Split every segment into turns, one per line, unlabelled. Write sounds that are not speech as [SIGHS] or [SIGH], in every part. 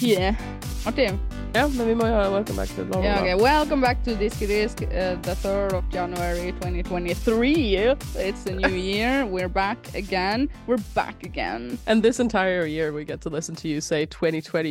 Yeah. Martin.
Ja, men vi må göra welcome back to bla bla
Yeah,
bla.
okay. Welcome back to this. It is uh, the 3rd of January 2023. It's a
[LAUGHS]
new year. We're back again. We're back again.
And this entire year we get to listen to you say 2023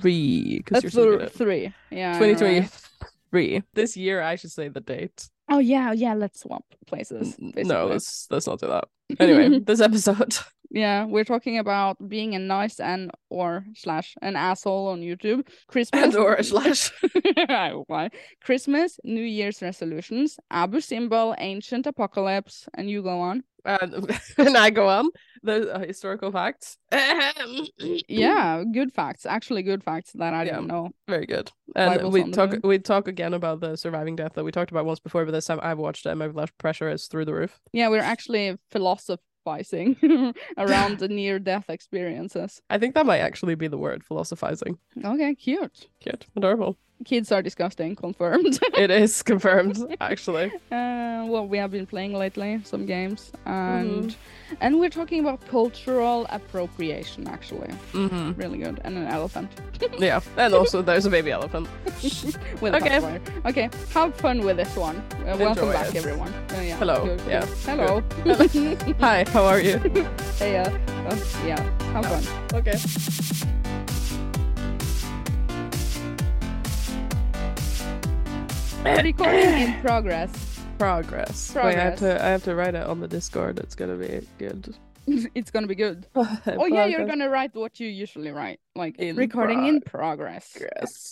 because you're
That's
so good
the
at
three. Yeah. I know, right?
2023. This year I should say the date.
Oh, yeah. Yeah. Let's swap places.
No,
basically.
let's let's not do that.
[LAUGHS]
Anyway, this episode.
Yeah, we're talking about being a nice and or slash an asshole on YouTube. Christmas
And or a slash.
[LAUGHS] I don't know. Christmas, New Year's resolutions, Abu Simbel, Ancient Apocalypse, and you go on.
And, [LAUGHS] and I go on. The uh, historical facts. Ahem.
Yeah, good facts. Actually, good facts that I
Yeah.
didn't know.
Very good. And
Bibles
we
on the
talk
moon.
we talk again about the surviving death that we talked about once before, but this time I've watched it and my blood pressure is through the roof.
Yeah, we're actually philosophizing [LAUGHS] around the near death experiences.
I think that might actually be the word, philosophizing.
Okay, cute.
Cute. Adorable.
Kids are disgusting, confirmed. [LAUGHS]
it is confirmed actually
uh, what we have been playing lately, some games, and
Mm-hmm.
and we're talking about cultural appropriation. Actually,
mm-hmm.
really good, and an elephant
yeah and also there's a baby elephant
with a
Okay.
pacifier. Okay, have fun with this one. Uh, welcome
Enjoy
back,
it.
everyone. Uh, yeah,
Hello,
good,
yeah,
good. hello.
hi how are you
[LAUGHS] hey, uh, uh, yeah, have fun.
okay
Recording in progress.
progress, Wait, i
Progress.
have to i have to write it on the discord it's gonna be good
[LAUGHS] it's gonna be good. Oh yeah, you're
[LAUGHS] Progress.
gonna write what you usually write, like
In
recording in progress.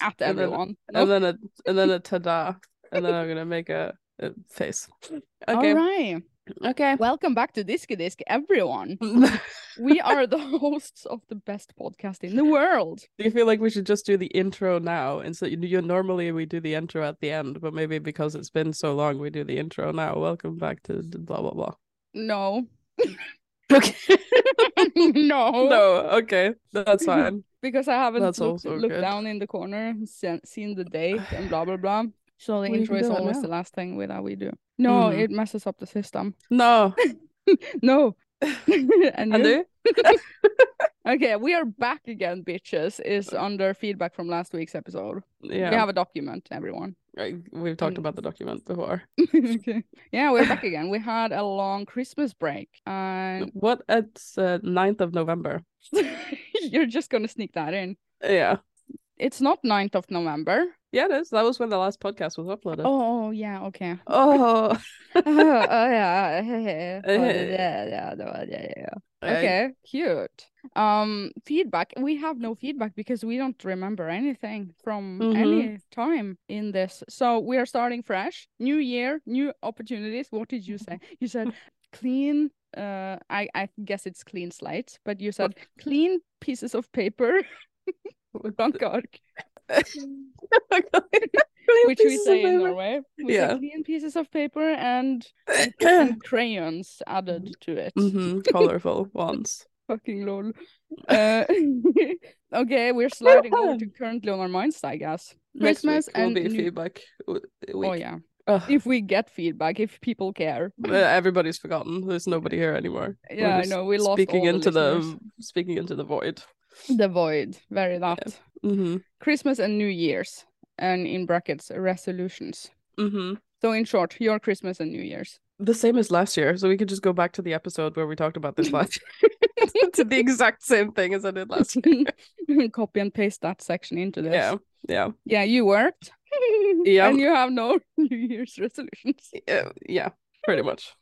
At
and then,
everyone.
and then a and then a ta-da and then i'm gonna make a, a face okay
All right.
okay
Welcome back to Disky Disk, everyone.
[LAUGHS]
[LAUGHS] We are the hosts of the best podcast in the world.
do you feel like we should just do the intro now instead you, you normally we do the intro at the end but maybe because it's been so long we do the intro now welcome back to the blah blah blah
[LAUGHS] No.
okay
[LAUGHS] no.
no okay
[LAUGHS]
that's fine
Because I haven't
That's
looked,
also
looked
good.
down in the corner, and se- seen the date, and blah, blah, blah. So the
Well, you
intro
can
is Mm-hmm.
do it
always
now.
the last thing with that we do. No,
Mhm.
it messes up the system.
no
No. [LAUGHS] and
and
you?
do
Okay, we are back again, bitches, is under feedback from last week's episode.
yeah
We have a document, everyone. [LAUGHS]
right, we've talked
Mm.
about the document before
okay. Yeah, we're back again. We had a long Christmas break, and
what it's uh, 9th of november
[LAUGHS] you're just gonna sneak that in.
yeah
It's not 9th of November.
yeah it is that was when the last podcast was uploaded
Oh, oh, yeah, okay. [LAUGHS]
oh
oh, oh, yeah. [LAUGHS] yeah,
Eh.
yeah, yeah, yeah, yeah.
[LAUGHS]
Okay, cute. Um, feedback. We have no feedback because we don't remember anything from
Mhm.
any time in this. So we are starting fresh. New year, new opportunities. What did you say? You said clean. Uh, I I guess it's clean slates, but you said clean pieces of paper. [LAUGHS]
What
Blank ark, [LAUGHS]
which
which we say in Norway. We say
Yeah.
clean pieces of paper and,
[COUGHS]
and crayons added to it.
hmm colorful ones
Fucking lol. Uh, [LAUGHS] okay, we're sliding over
[LAUGHS]
to currently on our minds, I guess.
Next
Christmas
week will
and
be
New-
feedback w- week.
Oh yeah.
Ugh,
If we get feedback, if people care.
but everybody's forgotten there's nobody here anymore We're
Yeah, I
just
know, we lost
speaking
all the
into the
listeners.
speaking into the void
The void, very that.
mm-hmm
Christmas and New Year's, and in brackets resolutions.
mm-hmm
So in short, your Christmas and New Year's. [LAUGHS]
the same as last year, so we could just go back to the episode where we talked about this
[LAUGHS]
last year. [LAUGHS] to the exact same thing as I did last year.
Copy and paste that section into this.
Yeah, yeah,
Yeah, you worked.
[LAUGHS] Yeah.
And you have no [LAUGHS] New Year's resolutions.
uh, yeah, pretty much.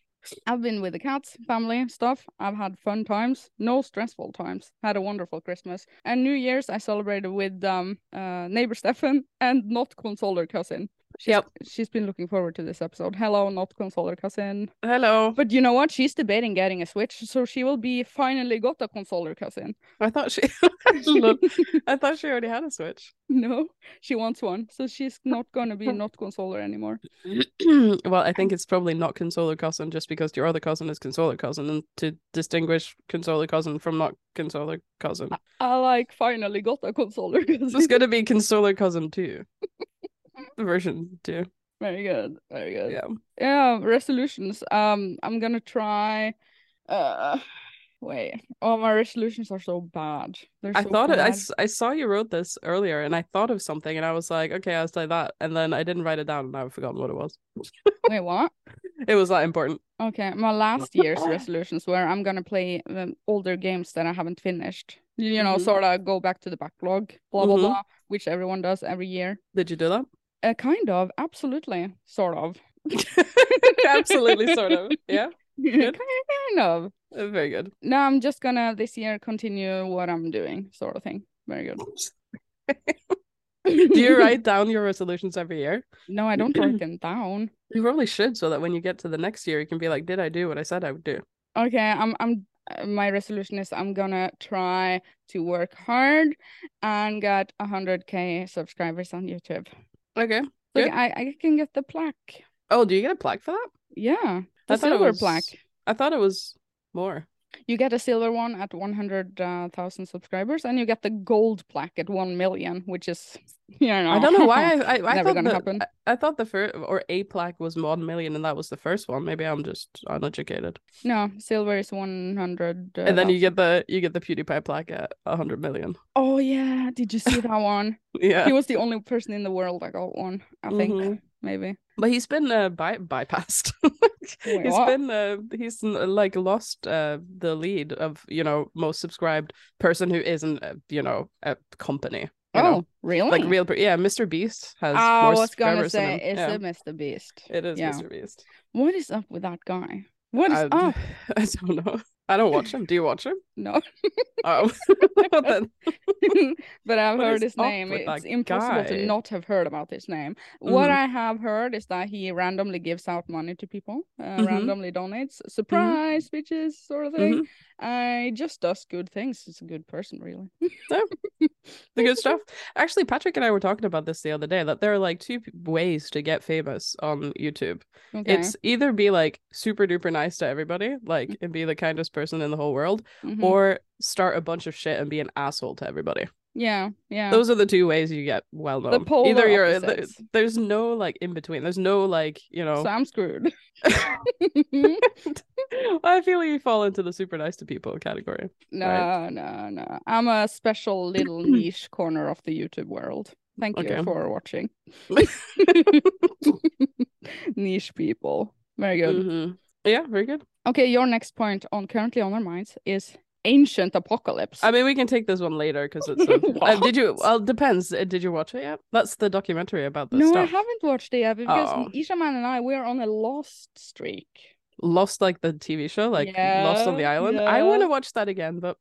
I've been with the cats, family, stuff. I've had fun times, no stressful times. Had a wonderful Christmas and New Year's. I celebrated with um uh, neighbor [LAUGHS] Stefan and not consoler cousin. She's,
Yep.
She's been looking forward to this episode. Hello, not consoler cousin.
Hello.
But you know what? She's debating getting a switch, so she will be finally got a consoler cousin. [LAUGHS]
I thought she. [LAUGHS] I thought she already had a switch.
no, she wants one, so she's not gonna be not consoler anymore.
[CLEARS THROAT] well, I think it's probably not consoler cousin, just because your other cousin is consoler cousin, and to distinguish consoler cousin from not consoler cousin,
I like finally got a consoler
[LAUGHS] so it's
cousin.
gonna be consoler cousin two, version two.
Very good, very good.
Yeah.
yeah resolutions um i'm gonna try uh Wait. Oh, my resolutions are so bad. They're
I
so
thought it, I,
bad.
s- I saw you wrote this earlier and I thought of something and I was like, okay, I'll say that. And then I didn't write it down and I've forgotten what it was.
Wait, what?
It was that important.
Okay, my
[LAUGHS]
last year's resolutions were I'm gonna play um, older games that I haven't finished. You know,
Mhm.
sort of go back to the backlog, blah blah
Mhm.
blah, which everyone does every year.
Did you do that?
Uh, kind of, absolutely, sort of,
[LAUGHS]
[LAUGHS]
Absolutely, sort of. Yeah. Good.
kind of.
Uh, Very good.
No, I'm just gonna this year continue what I'm doing, sort of thing. Very good.
[LAUGHS] Do you write down your resolutions every year?
[LAUGHS] No, I don't write them down.
You probably should so that when you get to the next year, you can be like, did I do what I said I would do?
Okay, I'm I'm uh, my resolution is I'm gonna try to work hard and get 100k subscribers on YouTube.
Okay.
So
Good.
I, I can get the plaque.
Oh, do you get a plaque for that?
Yeah, the
I thought it
silver
was-
plaque.
I thought it was more.
You get a silver one at 100,000 subscribers, and you get the gold plaque at 1 million, which is, [LAUGHS] you know,
I don't
[LAUGHS]
know why I I, I
Oh. never
thought
gonna
the-
happen.
I, I thought the first or a plaque was one million and that was the first one. Maybe I'm just uneducated.
No, silver is uh, 100.
and then you get the you get the PewDiePie plaque at a hundred million. [LAUGHS]
Oh, yeah. Did you see that one?
Yeah,
He was the only person in the world that got one, I think.
Mhm. [LAUGHS]
Maybe.
but he's been uh, by- bypassed. [LAUGHS] He's
Wait, what?
been uh, he's n- like lost uh, the lead of you know most subscribed person who isn't uh, you know a company. you
oh,
know?
really? Ah,
like real. per- Yeah, Mr. Beast has.
I
more
was gonna
subscribers than
say,
him.
is
Yeah.
it Mr. Beast? Um,
It is
yeah.
Mr. Beast.
What is up with that guy? What is
I, oh,
up?
[LAUGHS] I don't know. I don't watch him. Do you
[LAUGHS]
watch him?
No.
[LAUGHS] Oh, well then.
but I've
What
heard
is
his
up
name.
with that
It's impossible
guy?
to not have heard about his name. What
Mhm.
I have heard is that he randomly gives out money to people, uh,
Mhm.
randomly donates,
Mm-hmm.
surprise speeches, sort of thing.
Mhm.
I just does good things. He's a good person, really.
the good stuff. Actually, Patrick and I were talking about this the other day that there are like two p- ways to get famous on YouTube.
Okay.
It's either be like super duper nice to everybody, like
Mm-hmm.
and be the kindest person in the whole world,
Mhm.
or start a bunch of shit and be an asshole to everybody.
yeah, yeah.
Those are the two ways you get well known.
polar
either you're th-
opposites.
there's no like in between. There's no like, you know,
So I'm
[LAUGHS]
screwed. [LAUGHS]
I feel you fall into the super nice to people category.
No, no, no. I'm a special
[CLEARS THROAT]
little niche corner of the YouTube world. Thank you
Okay.
for
[LAUGHS]
watching. [LAUGHS] niche people. Very good.
Mhm. Yeah, very good.
Okay, your next point on currently on our minds is ancient apocalypse.
I mean, we can take this one later because it's.
[LAUGHS]
A... uh, did you?
What?
Well, depends. Uh, Did you watch it yet? That's the documentary about the
no, I
stuff.
haven't watched it yet because
Oh.
Ishaman and I we're on a lost streak.
Lost like the TV show, like Lost on the
Yeah,
Island. I want
yeah.
to watch that again, but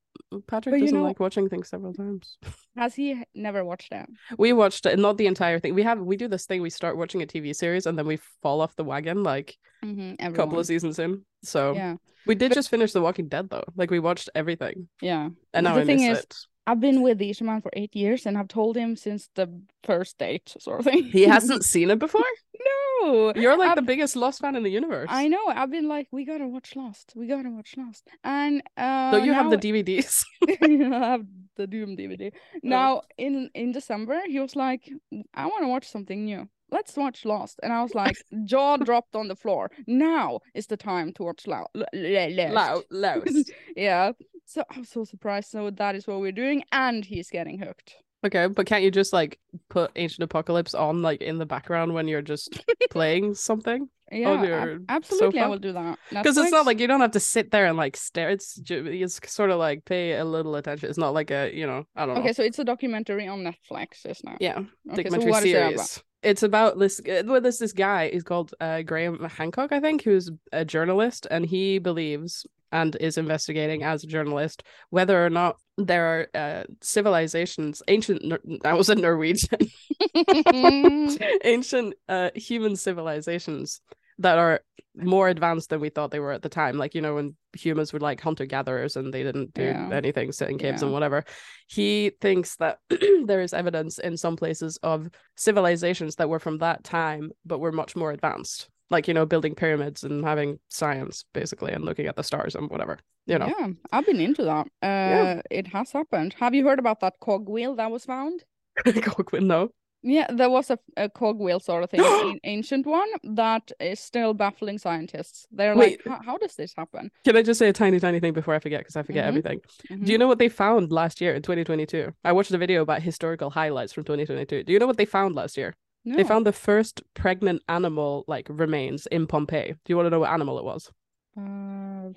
Patrick
But you
doesn't
know-
like watching things several times.
Has he h- never watched it?
We watched it, not the entire thing. We have we do this thing. We start watching a TV series and then we fall off the wagon like
Mm-hmm,
a couple of seasons in. So
yeah,
we did just finish The Walking Dead though. Like we watched everything,
yeah.
and now
The
I
thing
miss
is-
it.
I've been with Ishaman for eight years, and I've told him since the first date, sort of thing.
He hasn't seen it before.
[LAUGHS] no.
You're like
I've-
the biggest Lost fan in the universe.
I know. I've been like, we gotta watch Lost. We gotta watch Lost. And uh,
So you have
now
the [LAUGHS] DVDs.
[LAUGHS] I have the Doom DVD.
Oh.
Now in in December, he was like, I want to watch something new. Let's watch Lost. And I was
[LAUGHS]
like, jaw dropped on the floor. Now is the time to watch Lo- Lo- Lo- Lost.
Loud, loud.
Yeah. So I'm so surprised. So that is what we're doing, and he's getting hooked.
[LAUGHS] Okay, but can't you just like put Ancient Apocalypse on like in the background when
[LAUGHS]
you're just playing something?
Yeah, ab-
your
absolutely. I
sofa?
will do that.
Because it's
Netflix?
not like you don't have to sit there and like stare. It's ju- it's sort of like pay a little attention. It's not like a you know I don't
Okay,
know.
so it's a documentary on Netflix, isn't it?
Yeah,
Okay, so
documentary
what is it about?
series. It's about this. uh, Well, this this guy is called uh, Graham Hancock, I think, who's a journalist, and he believes and is investigating as a journalist whether or not there are uh, civilizations, ancient. Nor- I was a Norwegian.
[LAUGHS]
ancient uh, human civilizations that are more advanced than we thought they were at the time. Like, you know, when humans were like hunter gatherers and they didn't do
Yeah.
anything, sit in caves
Yeah.
and whatever. He thinks that [CLEARS THROAT] there is evidence in some places of civilizations that were from that time, but were much more advanced. Like, you know, building pyramids and having science basically and looking at the stars and whatever, [LAUGHS] you know.
Yeah, I've been into that. Uh,
[LAUGHS]
It has happened. Have you heard about that cogwheel that was found?
Cock with no.
Yeah, there was a, a cogwheel sort of thing,
[GASPS]
an ancient one that is still baffling scientists. They're
Wait.
like, "How- how does this happen?
Can I just say a tiny, tiny thing before I forget? Because I forget
Mhm.
everything.
Mhm.
Do you know what they found last year in 2022? I watched a video about historical highlights from 2022. Do you know what they found last year? They
No.
found the first pregnant animal like remains in Pompeii. Do you want to know what animal it was?
uh,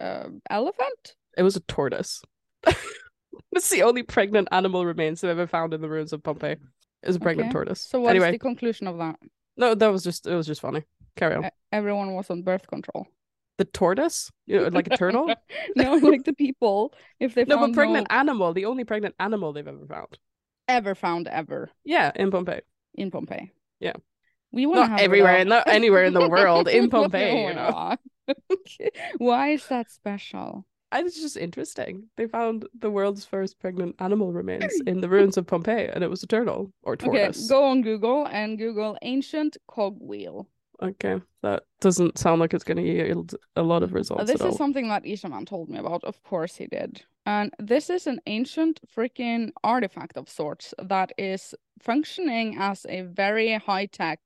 uh, elephant.
It was a tortoise. [LAUGHS] it's the only pregnant animal remains they've ever found in the ruins of Pompeii. It was a pregnant
Okay.
tortoise.
So what's
anyway,
the conclusion of that?
no, that was just it was just funny. Carry on.
Uh, Everyone was on birth control.
the tortoise, you know, like a
[LAUGHS]
turtle. [LAUGHS]
no, like the people, if they
no,
found
but pregnant
no-
animal. The only pregnant animal they've ever found.
ever found ever
Yeah, in Pompeii.
in Pompeii.
Yeah.
we want
Not everywhere, not anywhere in
[LAUGHS]
the world. In Pompeii, you know.
Why is that special?
I- It's just interesting. They found the world's first pregnant animal remains in the ruins of Pompeii, and it was a turtle or tortoise.
Okay, go on Google and Google ancient cogwheel.
Okay, that doesn't sound like it's going to yield a lot of
Uh,
results
This
at all.
is something that Ishaman told me about. Of course he did. And this is an ancient freaking artifact of sorts that is functioning as a very high tech,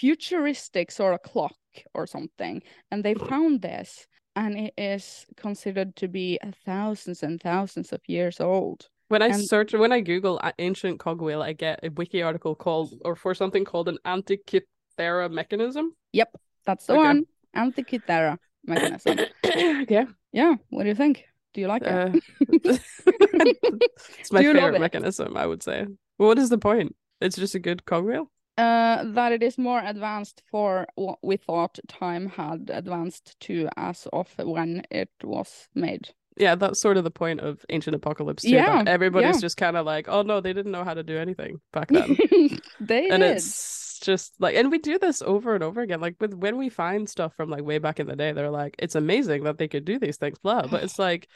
futuristic sort of clock or something. And
[LAUGHS]
they
Mhm.
found this, and it is considered to be thousands and thousands of years old.
When I
and-
search, when I Google a- ancient cogwheel, I get a wiki article called, or for something called an
[COUGHS]
Antikythera mechanism.
That's the
Okay.
one. Antikythera mechanism.
[COUGHS] okay.
yeah. What do you think? Do you like [LAUGHS]
Uh, [LAUGHS]
it? [LAUGHS]
it's my
Do you love
favorite
it?
mechanism, I would say. Well, what is the point? It's just a good cogwheel?
Uh, that it is more advanced for what we thought time had advanced to as of when it was made.
Yeah, that's sort of the point of ancient apocalypse too. that
Yeah,
everybody's
yeah.
just kind of like, oh no, they didn't know how to do anything
[LAUGHS]
back then.
they
and
did.
it's just like and we do this over and over again like with when we find stuff from like way back in the day they're like it's amazing that they could do these things blah but
[SIGHS]
it's like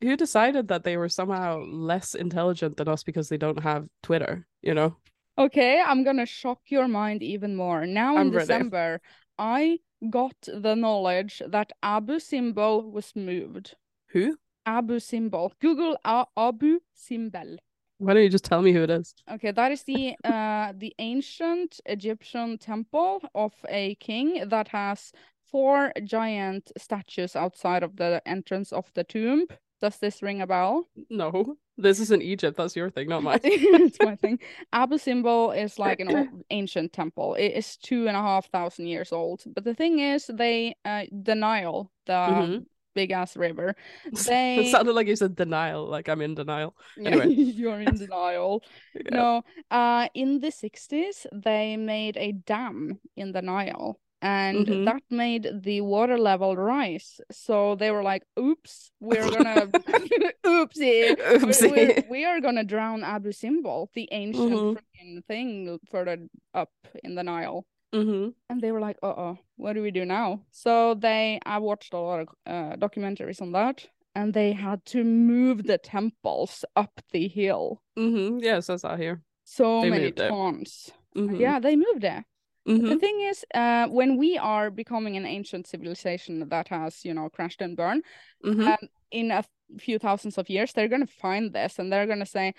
who decided that they were somehow less intelligent than us because they don't have twitter you know
Okay, I'm gonna shock your mind even more. Now
I'm
in
ready.
December, I got the knowledge that Abu Simbel was moved.
who
Abu Simbel. Google A- Abu Simbel.
why don't you just tell me who it is
Okay, that is the uh the ancient Egyptian temple of a king that has four giant statues outside of the entrance of the tomb. Does this ring a bell?
no this isn't egypt that's your
[LAUGHS]
thing not mine [LAUGHS]
It's my thing. Abu Simbel is like an old, ancient temple. It is two and a half thousand years old. But the thing is, they uh the Nile, the
Mhm.
big ass river,
[LAUGHS] it
they
sounded like you said denial like i'm in denial [LAUGHS] Anyway.
[LAUGHS] you're in denial.
[LAUGHS] Yeah.
No, uh, in the 60s, they made a dam in the Nile, and
Mhm.
that made the water level rise. So they were like, oops, we're
[LAUGHS]
gonna, [LAUGHS] oopsie, we're, we're,
Oopsie.
we are gonna drown Abu Simbel, the ancient
Mhm.
freaking thing further up in the Nile.
Mhm.
And they were like, uh oh, what do we do now? So they, I watched a lot of uh, documentaries on that, and they had to move the temples up the hill
Mhm. yes that's out here
so
They
many
moved it.
tons.
Mhm.
Yeah, they moved there.
Mhm.
The thing is, uh, when we are becoming an ancient civilization that has, you know, crashed and burned,
Mhm.
um, in a few thousands of years, they're going to find this and they're going to say,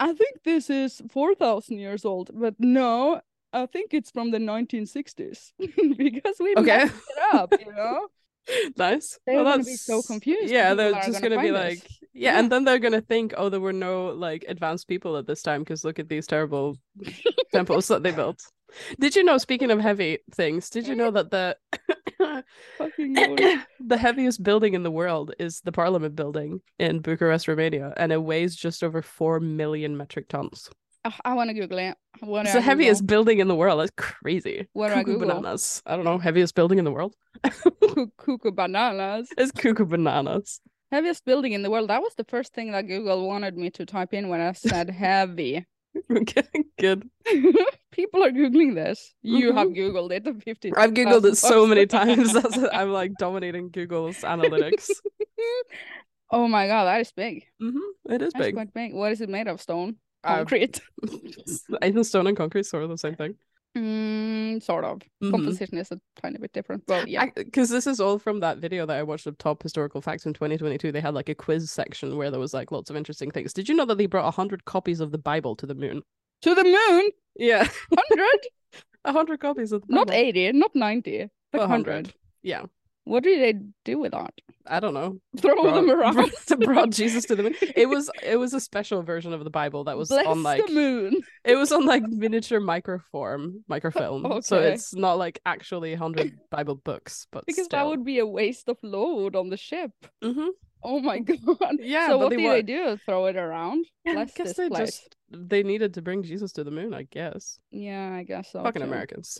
I think this is 4,000 years old, but no, I think it's from the 1960s [LAUGHS] because we
okay
messed it up, you know?
[LAUGHS] Nice.
They're
well,
gonna
that's
be so confused,
Yeah,
people
they're
that are
just
gonna
gonna be
find
like,
us.
yeah,
Yeah.
and then they're gonna think, oh, there were no like advanced people at this time because look at
[LAUGHS]
these terrible temples that they built. Did you know? Speaking of heavy things, did you know that the [COUGHS]
[COUGHS] Fucking lord.
the heaviest building in the world is the Parliament Building in Bucharest, Romania, and it weighs just over four million metric tons.
Ugh, Ah, I want to Google it. What do
It's the
I Google?
heaviest building in the world. That's crazy.
What do I
Cuckoo
Google?
bananas. I don't know. Heaviest building in the world.
[LAUGHS] Cuc- Cuckoo bananas.
It's cuckoo bananas. [LAUGHS]
Heaviest building in the world. That was the first thing that Google wanted me to type in when I said [LAUGHS] heavy.
Okay, good.
People are Googling this. You have Googled it [LAUGHS] 50
I've googled it so
1,000
many
times. [LAUGHS]
times. That's it. I'm like dominating Google's analytics.
Oh my god, that is big.
hmm It is
That's
big.
quite big. What is it made of? Stone?
Uh, [LAUGHS]
Concrete?
I think stone and concrete sort of the same thing.
Mm, sort of. Composition is a tiny bit different. Well, yeah.
Because this is all from that video that I watched of top historical facts in 2022. They had like a quiz section where there was like lots of interesting things. Did you know that they brought 100 copies of the Bible to the moon?
to the moon.
Yeah.
[LAUGHS] Hundred,
[LAUGHS] A hundred copies of the
not
Bible.
eighty, not ninety, but
A
hundred.
Yeah.
What do they do with that? [LAUGHS]
I don't know.
Throw them around.
brought, to brought Jesus to
[LAUGHS]
the moon. It was it was a special version of the Bible that was
Bless
on like
the moon. [LAUGHS]
it was on like miniature microform
[LAUGHS]
microfilm. So
Okay.
it's not like
[LAUGHS]
actually hundred Bible books, but
Because that would be a waste of load on the ship.
hmm
Oh my [LAUGHS] god.
Yeah,
So
but
what
they
do
wa-
they do? Throw it around?
I
Bless
guess
this
they
place.
just they needed to bring Jesus to the moon. I guess
Yeah, I guess so.
fucking
too.
Americans.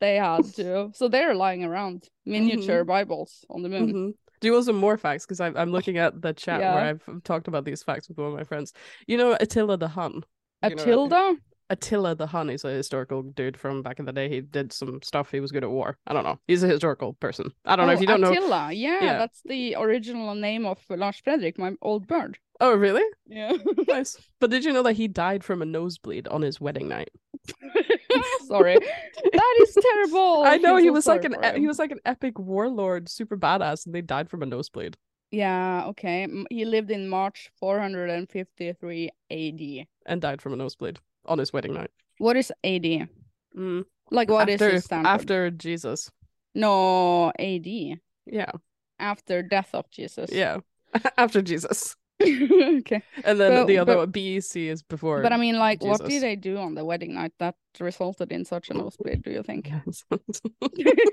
They
[LAUGHS]
had to. So they're lying around miniature Bibles on the moon.
Mhm. Do Mm-hmm. you want some more facts? Because I'm I'm looking at the chat where
Yeah.
I've talked about these facts with one of my friends. You know Attila the Hun. You know-
Atilda?
Attila the Hun is a historical dude from back in the day. He did some stuff. He was good at war. I don't know. He's a historical person. I don't know if
Oh,
you don't know.
Attila. Yeah,
Yeah.
that's the original name of Lars Fredrik, my old bird.
Oh, [LAUGHS] really?
Yeah. [LAUGHS]
Nice. But did you know that he died from a nosebleed on his wedding night?
[LAUGHS] sorry. That is terrible.
[LAUGHS] I
I
know
feel
Oh, he
so
was like
sorry
an
for
e- he
him.
was like an epic warlord, super badass, and they died from a nosebleed.
Yeah, okay. M- He lived in March 453 AD.
And died from a nosebleed on his wedding night.
What is AD?
Mm.
Like what is
after,
his stand for?
after Jesus.
No, AD.
Yeah.
After death of Jesus.
Yeah. [LAUGHS] after Jesus.
[LAUGHS] okay.
And then
But-
the other
but-
one, BEC is before. [LAUGHS]
But I mean, like, what
Jesus.
did they do on the wedding night that resulted in such a nosebleed, do you
[LAUGHS]
think? [LAUGHS]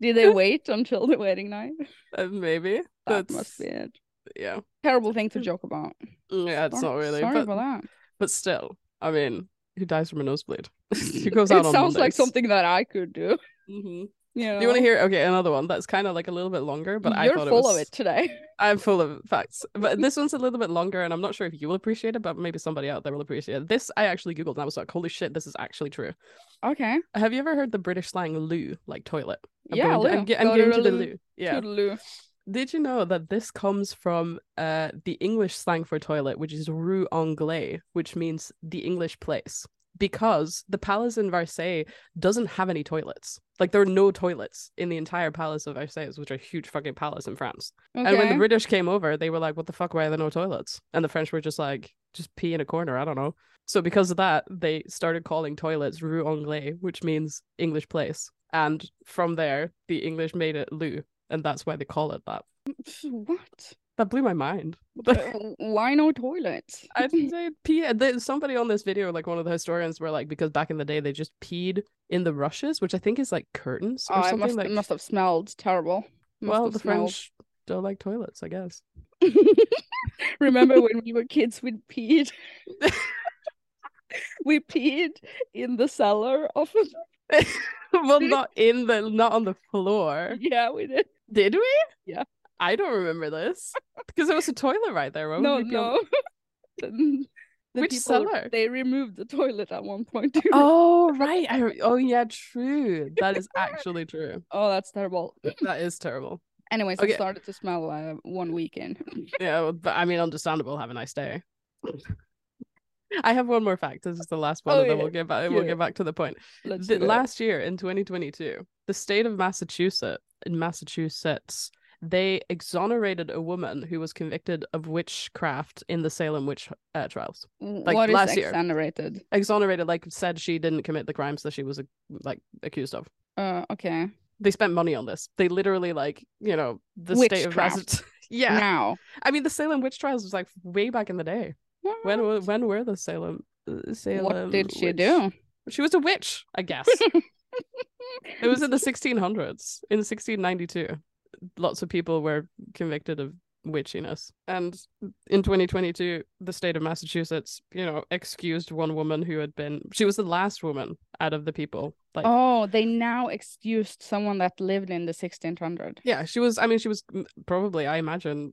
did they wait until the wedding night?
Uh, Maybe.
That
That's
must be it.
yeah. Mm,
Terrible thing to joke about.
Yeah, it's not
Sorry-
really.
Sorry
but
about that.
but still, I mean, who dies from a nosebleed? [LAUGHS] who goes out
it
on
sounds like
Mondays?
something Mm-hmm. that I could do.
Mhm.
You know?
Do you want to hear? Okay, another one that's kind of like a little bit longer, but I
You're
thought
full
it was.
of it today. [LAUGHS]
I'm full of facts, but this one's a little bit longer, and I'm not sure if you will appreciate it, but maybe somebody out there will appreciate it. This I actually googled, and I was like, "Holy shit, this is actually true."
Okay.
Have you ever heard the British slang "loo" like toilet? I'm
yeah,
going to-
Lou.
I'm, ge- I'm
Go
going to the
Lou.
loo. Yeah.
Toodaloo.
Did you know that this comes from uh the English slang for toilet, which is rue anglais, which means the English place, because the palace in Versailles doesn't have any toilets. Like there are no toilets in the entire palace of Versailles, which are a huge fucking palace in France. And when the
Okay.
British came over, they were like, "What the fuck? Why are there no toilets?" And the French were just like, "Just pee in a corner." I don't know. So because of that, they started calling toilets rue anglais, which means English place. And from there, the English made it loo, and that's why they call it that.
Pff,
[LAUGHS]
What?
That blew my mind. [LAUGHS]
Uh, Why no toilets? [LAUGHS]
I didn't say pee. there- Somebody on this video, like one of the historians, were like, because back in the day they just peed in the rushes, which I think is like curtains or
Oh, it
something.
must,
like,
it must have smelled terrible. Must
well,
have
the
smelled.
French don't like toilets,
[LAUGHS]
I guess.
Remember when we were kids, we peed.
[LAUGHS]
we peed in the cellar of.
well, not in the, not on the floor.
[LAUGHS] yeah, we [LAUGHS] did.
Did we?
Yeah.
I don't
[LAUGHS]
remember this because there was a toilet right there. Why would
no,
we be on-
no. [LAUGHS] the the
Which
people, [LAUGHS]
cellar?
They removed the toilet at one point. too.
Oh right. I, re- oh yeah, true. That is actually
[LAUGHS]
true.
Oh, that's terrible.
That is terrible.
Anyways,
Okay.
it started to smell uh, one weekend.
Yeah, well, but I mean, understandable. Have a nice day. [LAUGHS] I have one more fact. This is the last one,
Oh,
and then
yeah,
we'll get back. We'll
yeah.
get back to the point.
Let's
The-
do it.
last year in 2022, the state of Massachusetts, in Massachusetts, they exonerated a woman who was convicted of witchcraft in the Salem witch uh, trials.
W-
like,
what is
last year.
exonerated?
Exonerated, like said, she didn't commit the crimes that she was like accused of.
Uh, okay.
They spent money on this. They literally, like, you know, the state of
Witchcraft.
Massachusetts. [LAUGHS] yeah,
Now.
I mean, the Salem witch trials was like way back in the day. When
What?
were when were the Salem uh, Salem?
what did she
witch-
do?
She was a witch,
[LAUGHS]
I guess. it was in the 1600s, in 1692. Lots of people were convicted of witchiness, and in 2022, the state of Massachusetts, you know, excused one woman who had been. She was the last woman out of the people. Like,
Oh, they now excused someone that lived in the 1600.
yeah, she was. I mean, she was m- probably, I imagine,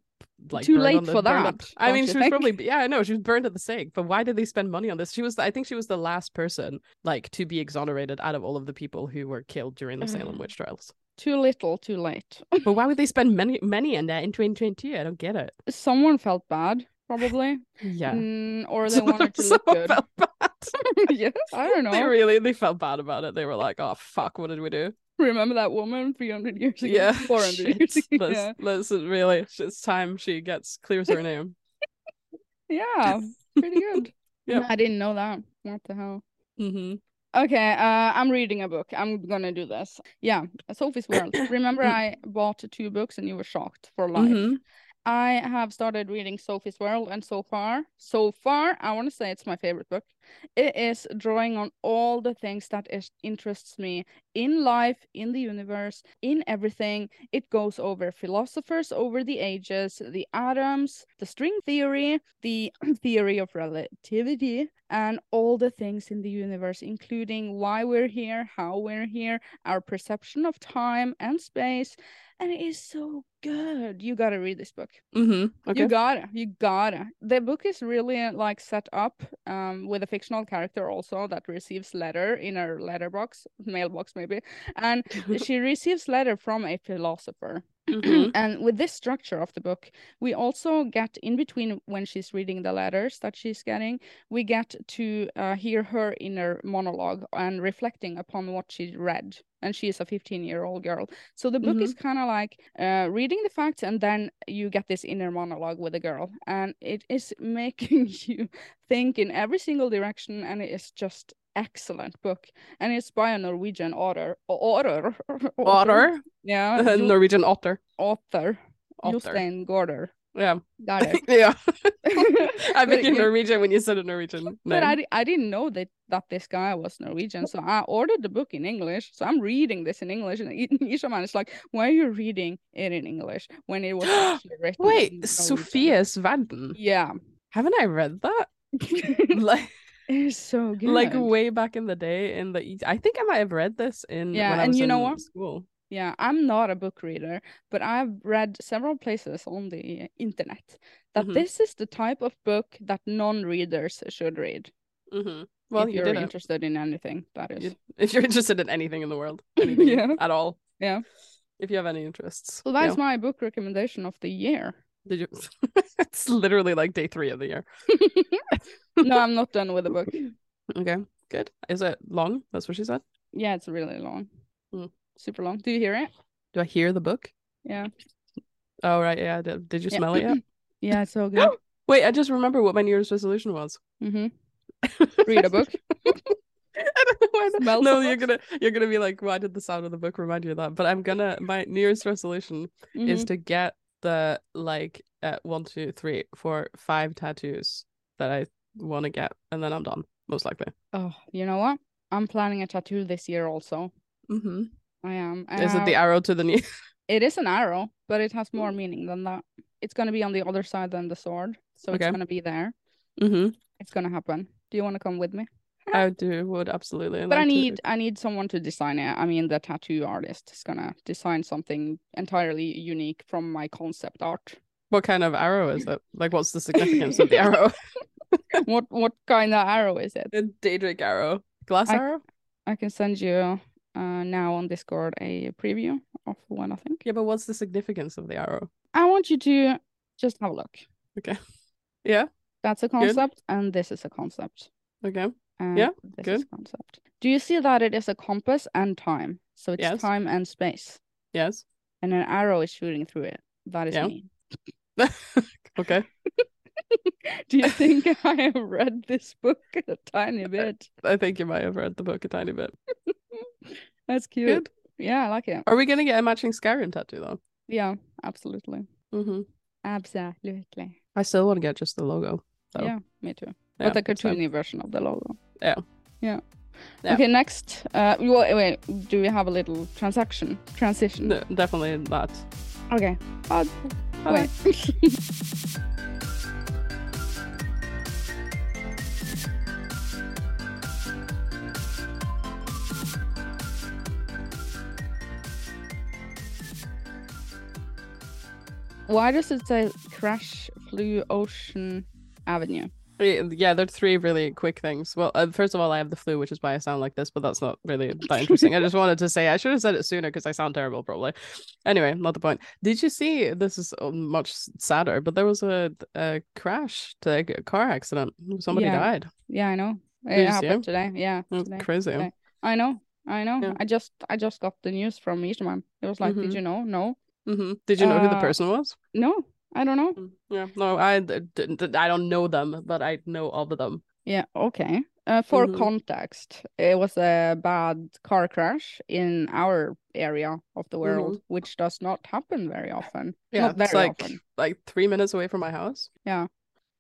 like
Too
burned
late
on the-
for
burned up-
that,
I
don't
mean,
you
she was
think?
probably. Yeah, I know she was burned at the stake. But why did they spend money on this? She was. I think she was the last person like to be exonerated out of all of the people who were killed during the Salem
Ugh.
witch trials.
Too little, too late.
But why would they spend many money on that in 2022? I don't get it.
Someone felt bad, probably.
[LAUGHS] Yeah.
Mm,
[LAUGHS]
or they
Someone-
wanted to look good. [LAUGHS]
someone felt [LAUGHS] bad.
yeah, I don't
They
know.
really they felt bad about it. They were like, "Oh fuck, what did we do?"
Remember that woman 300 years ago? [LAUGHS]
Yeah, [LAUGHS]
400
shit.
years ago. [LAUGHS]
Let's [LAUGHS]
Yeah.
let's really. It's time she gets clears her name.
yeah, pretty good.
Yep.
I didn't know that. What the hell?
Mm-hmm.
Okay, uh, I'm reading a book. I'm gonna do this. Yeah, Sophie's World. Remember,
Mm.
I bought two books and you were shocked for life. I have started reading Sophie's World, and so far, so far, I want to say it's my favorite book. It is drawing on all the things that is, interests me in life, in the universe, in everything. It goes over philosophers over the ages, the atoms, the string theory, the theory of relativity, and all the things in the universe, including why we're here, how we're here, our perception of time and space. And it is so good. You gotta read this book.
Mm-hmm. Okay.
You gotta, you gotta. The book is really uh, like set up um, with a fictional character also that receives letter in her letterbox, mailbox maybe, and she receives letter from a philosopher.
[LAUGHS] Mhm.
[CLEARS THROAT] and with this structure of the book, we also get in between when she's reading the letters that she's getting, we get to uh, hear her inner monologue and reflecting upon what she read. And she is a 15 year old girl. So the book is kind of like uh, reading the facts, and then you get this inner monologue with the girl. And it is [LAUGHS] making you think in every single direction. And it is just excellent book and it's by a norwegian author author [LAUGHS]
[LAUGHS] Otter,
yeah
a
Jo-
Norwegian otter.
author,
Otter.
Jostein Gaarder.
[LAUGHS] Yeah.
Got it.
Yeah. I
But
became
you-
Norwegian when you said a Norwegian
But
name.
I, di- I didn't know that, that this guy was Norwegian, so I ordered the book in English. So I'm reading this in English, and I- [LAUGHS] Ishaman is like, "Why are you reading it in English when
[GASPS]
it was actually written?" in
Wait,
Norwegian?"
Sophia Svaden. [LAUGHS]
Yeah, [LAUGHS]
Haven't I read [LAUGHS] that?
it's
Like,
so good.
like way back in the day. In the, I think I might have read this in
Yeah,
when I
and
was
you know
in
what?
school.
Yeah, I'm not a book reader, but I've read several places on the internet that
Mhm.
this is the type of book that non-readers should read.
Mm-hmm. Well,
if
you
you're
did it.
interested in anything, that is.
You- [LAUGHS] if you're interested in anything in the [LAUGHS] world, anything
Yeah.
at all.
Yeah.
If you have any interests.
So that's my book recommendation of the
[LAUGHS]
year.
yeah. Did you- it's literally like day three of the year.
no, I'm not done with the book.
Okay, good. Is it long? That's what she said.
Yeah, it's really long.
Mm.
Super long. Do you hear it?
Do I hear the book? [GASPS]
Yeah.
Oh, right. Yeah. I Did, did you
Yeah.
smell it
[CLEARS THROAT]
yet?
Yeah, it's so good.
Wait, I just remember what my New Year's resolution was.
hmm [LAUGHS] Read a book.
[LAUGHS] I don't know why that-
Smell
no,
the
you're
books?
gonna you're gonna be like, why did the sound of the book remind you of that? But I'm gonna my New Year's resolution is
Mhm.
to get the like uh, one, two, three, four, five tattoos that I want to get, and then I'm done, most likely.
Oh, you know what? I'm planning a tattoo this year also.
Mm-hmm.
I am. I
Is it the Hmm.
have-
arrow to the knee? [LAUGHS]
it is an arrow, but it has more meaning than that. It's gonna be on the other side than the sword. So
Okay.
it's gonna be there.
mm-hmm.
It's gonna happen. Do you wanna come with me?
I do would absolutely.
But I
like to-
need I need someone to design it. I mean, the tattoo artist is gonna design something entirely unique from my concept art. [LAUGHS]
What kind of arrow is it? Like, what's the significance of the arrow?
what what kind of arrow is it?
The Daedric arrow, glass
I-
arrow.
I can send you uh, now on Discord a preview of one. I think
Yeah, but what's the significance of the arrow?
I want you to just have a look.
Okay. Yeah.
That's a concept, and this is a concept.
Okay.
And
Yeah,
This is
good.
concept. Do you see that it is a compass and time? So it's
Yes.
time and space,
Yes.
and an arrow is shooting through it. That is
Yeah.
me.
okay.
Do you think [LAUGHS] I have read this book [LAUGHS] a tiny bit?
I think you might have read the book a tiny bit.
That's cute.
Good.
Yeah, I like it.
Are we gonna get a matching Skyrim tattoo though?
Yeah, absolutely.
Mm-hmm.
Absolutely.
I still want to get just the logo. So,
Yeah, me too.
yeah,
but the
same.
cartoony version of the logo.
Yeah.
Yeah.
Yeah.
Okay, next. Uh, you- wait, wait, do we have a little transaction? Transition.
No, definitely not.
Okay. Uh,
Bye.
wait. [LAUGHS] Why does it say crash flew ocean avenue?
Yeah, yeah, there are three really quick things. Well, uh, first of all, I have the flu, which is why I sound like this, but that's not really [LAUGHS] that interesting. I just wanted to say I should have said it sooner because I sound terrible, probably. Anyway, not the point. Did you see? This is uh, much sadder, but there was a, a crash, a g- car accident. Somebody
Yeah.
died.
Yeah, I know.
you
It
see
happened today. Yeah,
It was
today.
crazy.
today. I know. I know.
Yeah.
I just I just got the news from Eastman. It was like,
Mhm.
did you know? No,
hmm Did you know who the
Uh,
person was?
no, I don't know.
Mm, Yeah, no, I d- d- d- I don't know them, but I know of them.
Yeah, okay. Uh, for
Mhm.
context, it was a bad car crash in our area of the world, which does not happen very often.
Mm-hmm. Yeah,
not
it's
very
like
often.
like three minutes away from my house.
Yeah.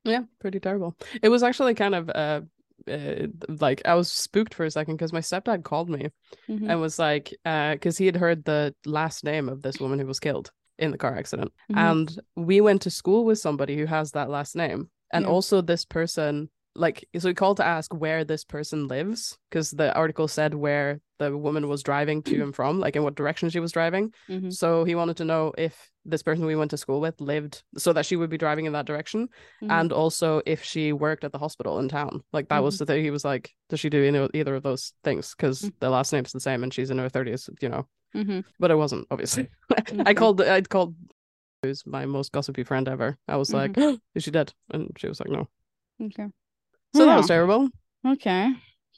Yeah, pretty terrible. It was actually kind of uh, uh like I was spooked for a second because my stepdad called me
Mhm.
and was like, uh, because he had heard the last name of this woman who was killed in the car accident,
Mhm.
and we went to school with somebody who has that last name, and
Yeah.
also this person, like, so he called to ask where this person lives because the article said where the woman was driving to and from, like in what direction she was driving.
Mhm.
So he wanted to know if this person we went to school with lived, so that she would be driving in that direction,
Mhm.
and also if she worked at the hospital in town. Like that was the thing. He was like, "Does she do any, either of those things?" Because
Mm-hmm. Mm.
the last name's the same, and she's in her thirties, you know.
Mhm.
But it wasn't obviously. [LAUGHS] I
Okay.
called. I called. Who's my most gossipy friend ever? I was like,
Mm-hmm.
"Is she dead?" And she was like, "No."
Okay.
So that was
Yeah.
terrible.
Okay.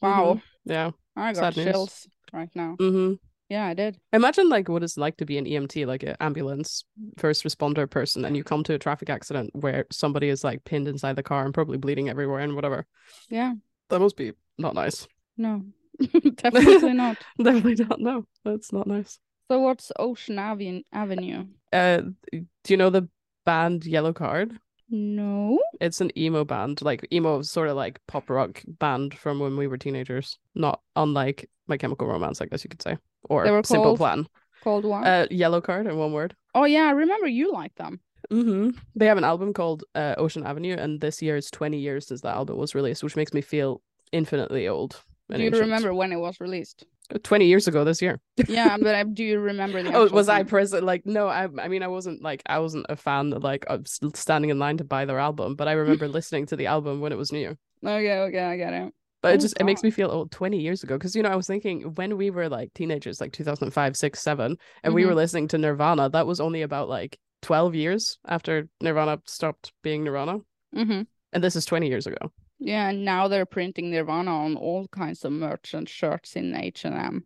Wow.
Yeah.
I got
Sad news.
chills right now.
hmm
Yeah, I did.
Imagine like what it's like to be an EMT, like an ambulance first responder person, and you come to a traffic accident where somebody is like pinned inside the car and probably bleeding everywhere and whatever.
Yeah.
That must be not nice. [LAUGHS]
No. [LAUGHS] Definitely not.
Definitely don't know. That's not nice.
So what's Ocean Aven- Avenue?
Uh, do you know the band Yellow Card?
No.
It's an emo band, like emo, sort of like pop rock band from when we were teenagers. Not unlike My Chemical Romance, I guess you could say, or
They were
Simple
called-
Plan.
Called one.
Uh, Yellow Card in one word.
oh yeah, I remember you like them. Mm-hmm.
hmm They have an album called uh, Ocean Avenue, and this year it's twenty years since that album was released, which makes me feel infinitely old. and
Do you
ancient.
remember when it was released?
Twenty years ago this year.
yeah, but I, do you remember the
[LAUGHS] Oh,
actual
was I
song?
present? Like, no, I, I mean, I wasn't like, I wasn't a fan, like, of s- standing in line to buy their album, but
[LAUGHS]
I remember listening to the album when it was new.
Okay, okay, I get it.
But it
Oh,
just, it makes me feel old 20 years ago. Cause, you know, I was thinking when we were like teenagers, like 2005, 6, 7, and we
Mm-hmm.
were listening to Nirvana, that was only about like 12 years after Nirvana stopped being Nirvana.
Mm-hmm.
And this is 20 years ago.
Yeah, and now they're printing Nirvana on all kinds of merchant shirts in H and M.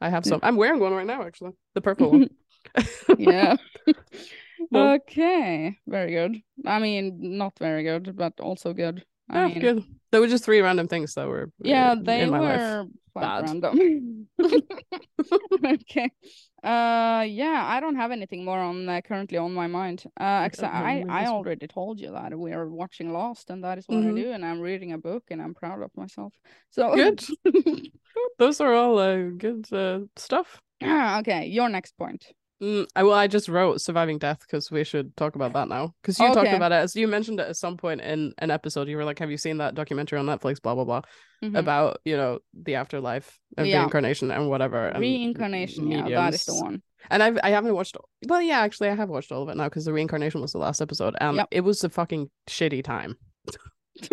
I have
Yeah.
some, I'm wearing one right now, actually, the
[LAUGHS]
purple one. [LAUGHS]
Yeah. [LAUGHS]
No.
Okay, very good. I mean, not very good, but also good. I
Yeah,
mean,
Ah, good. There were just three random things that were uh,
yeah, they
in my life.
were quite
bad. [LAUGHS]
random. okay. Uh, yeah, I don't have anything more on uh, currently on my mind. Uh, except
have
I
any
I
this-
already told you that we are watching Lost, and that is what
Mhm.
I do, and I'm reading a book, and I'm proud of myself. So
Good.
[LAUGHS]
Those are all uh, good uh, stuff.
[CLEARS THROAT] okay, your next point.
Mm, I, well, I just wrote "Surviving Death" because we should talk about that now. Because you talked
Okay.
about it, as you mentioned it at some point in an episode. You were like, "Have you seen that documentary on Netflix?" Blah blah blah
Mhm.
about you know the afterlife and
Yeah.
reincarnation and whatever. And
Reincarnation, yeah, that is the
mediums.
one.
And I've I haven't watched. Well, yeah, actually, I have watched all of it now because the reincarnation was the last episode, and
Yep.
it was a fucking shitty time.
[LAUGHS] okay,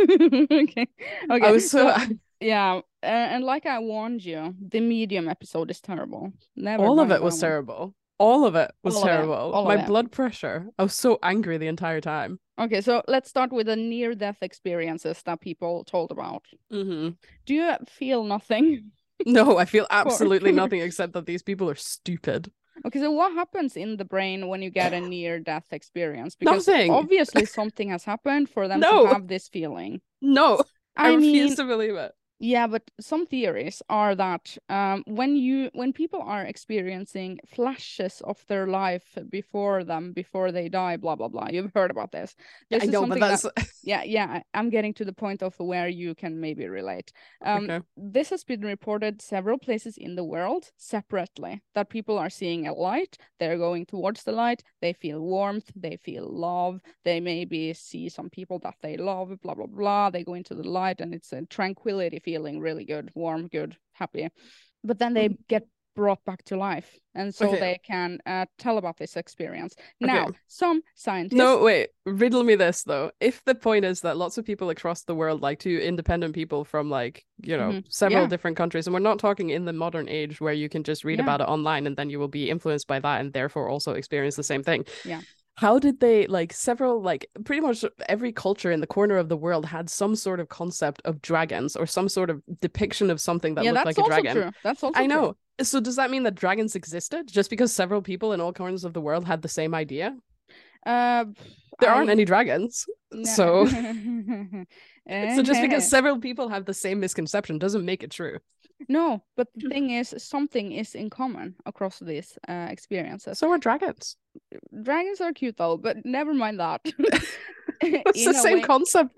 okay.
I was Oh, [LAUGHS] so,
yeah, uh, and like I warned you, the medium episode is terrible. Never
all of
mind
it was
that one.
terrible. All of it was
All of it.
terrible.
All of
My
it.
blood pressure. I was so angry the entire time.
Okay, so let's start with the near-death experiences that people told about.
hmm
Do you feel nothing?
[LAUGHS]
[LAUGHS]
No, I feel absolutely
Mm-hmm. poor.
nothing except that these people are stupid.
Okay, so what happens in the brain when you get
[SIGHS]
a near-death experience?
Nothing.
obviously something has happened for them
No.
to have this feeling.
No, I,
I, mean,
refuse to believe it.
Yeah, but some theories are that um, when you when people are experiencing flashes of their life before them before they die, blah blah blah. You've heard about this.
Yeah,
This
I
is
know, but
something that-
that's
yeah, yeah. I- I'm getting to the point of where you can maybe relate. Um,
[LAUGHS] okay.
This has been reported several places in the world separately that people are seeing a light, they're going towards the light, they feel warmth, they feel love, they maybe see some people that they love, blah, blah, blah. They go into the light and it's a tranquility feeling, really good, warm, good, happy. But then they get brought back to life and so
Mm-hmm. Okay.
they can uh, tell about this experience. Now, some scientists.
No, wait. Riddle me this though. If the point is that lots of people across the world, like two independent people from like you know several
Mm-hmm. Yeah.
different countries, and we're not talking in the modern age where you can just read
Yeah.
about it online and then you will be influenced by that and therefore also experience the same thing.
Yeah.
How did they like several like pretty much every culture in the corner of the world had some sort of concept of dragons or some sort of depiction of something that
yeah,
looked
that's
like a
also
dragon?
true. That's also
I
true.
know. So does that mean that dragons existed just because several people in all corners of the world had the same idea?
Uh,
There aren't
I-
any dragons. [LAUGHS]
No. [LAUGHS] Eh.
so- So
And
just
hey.
because several people have the same misconception doesn't make it true.
No, but the thing is, something is in common across these uh, experiences.
So are dragons.
Dragons are cute though, but never mind that. [LAUGHS]
[LAUGHS] It's
In
the
a
same
way-
concept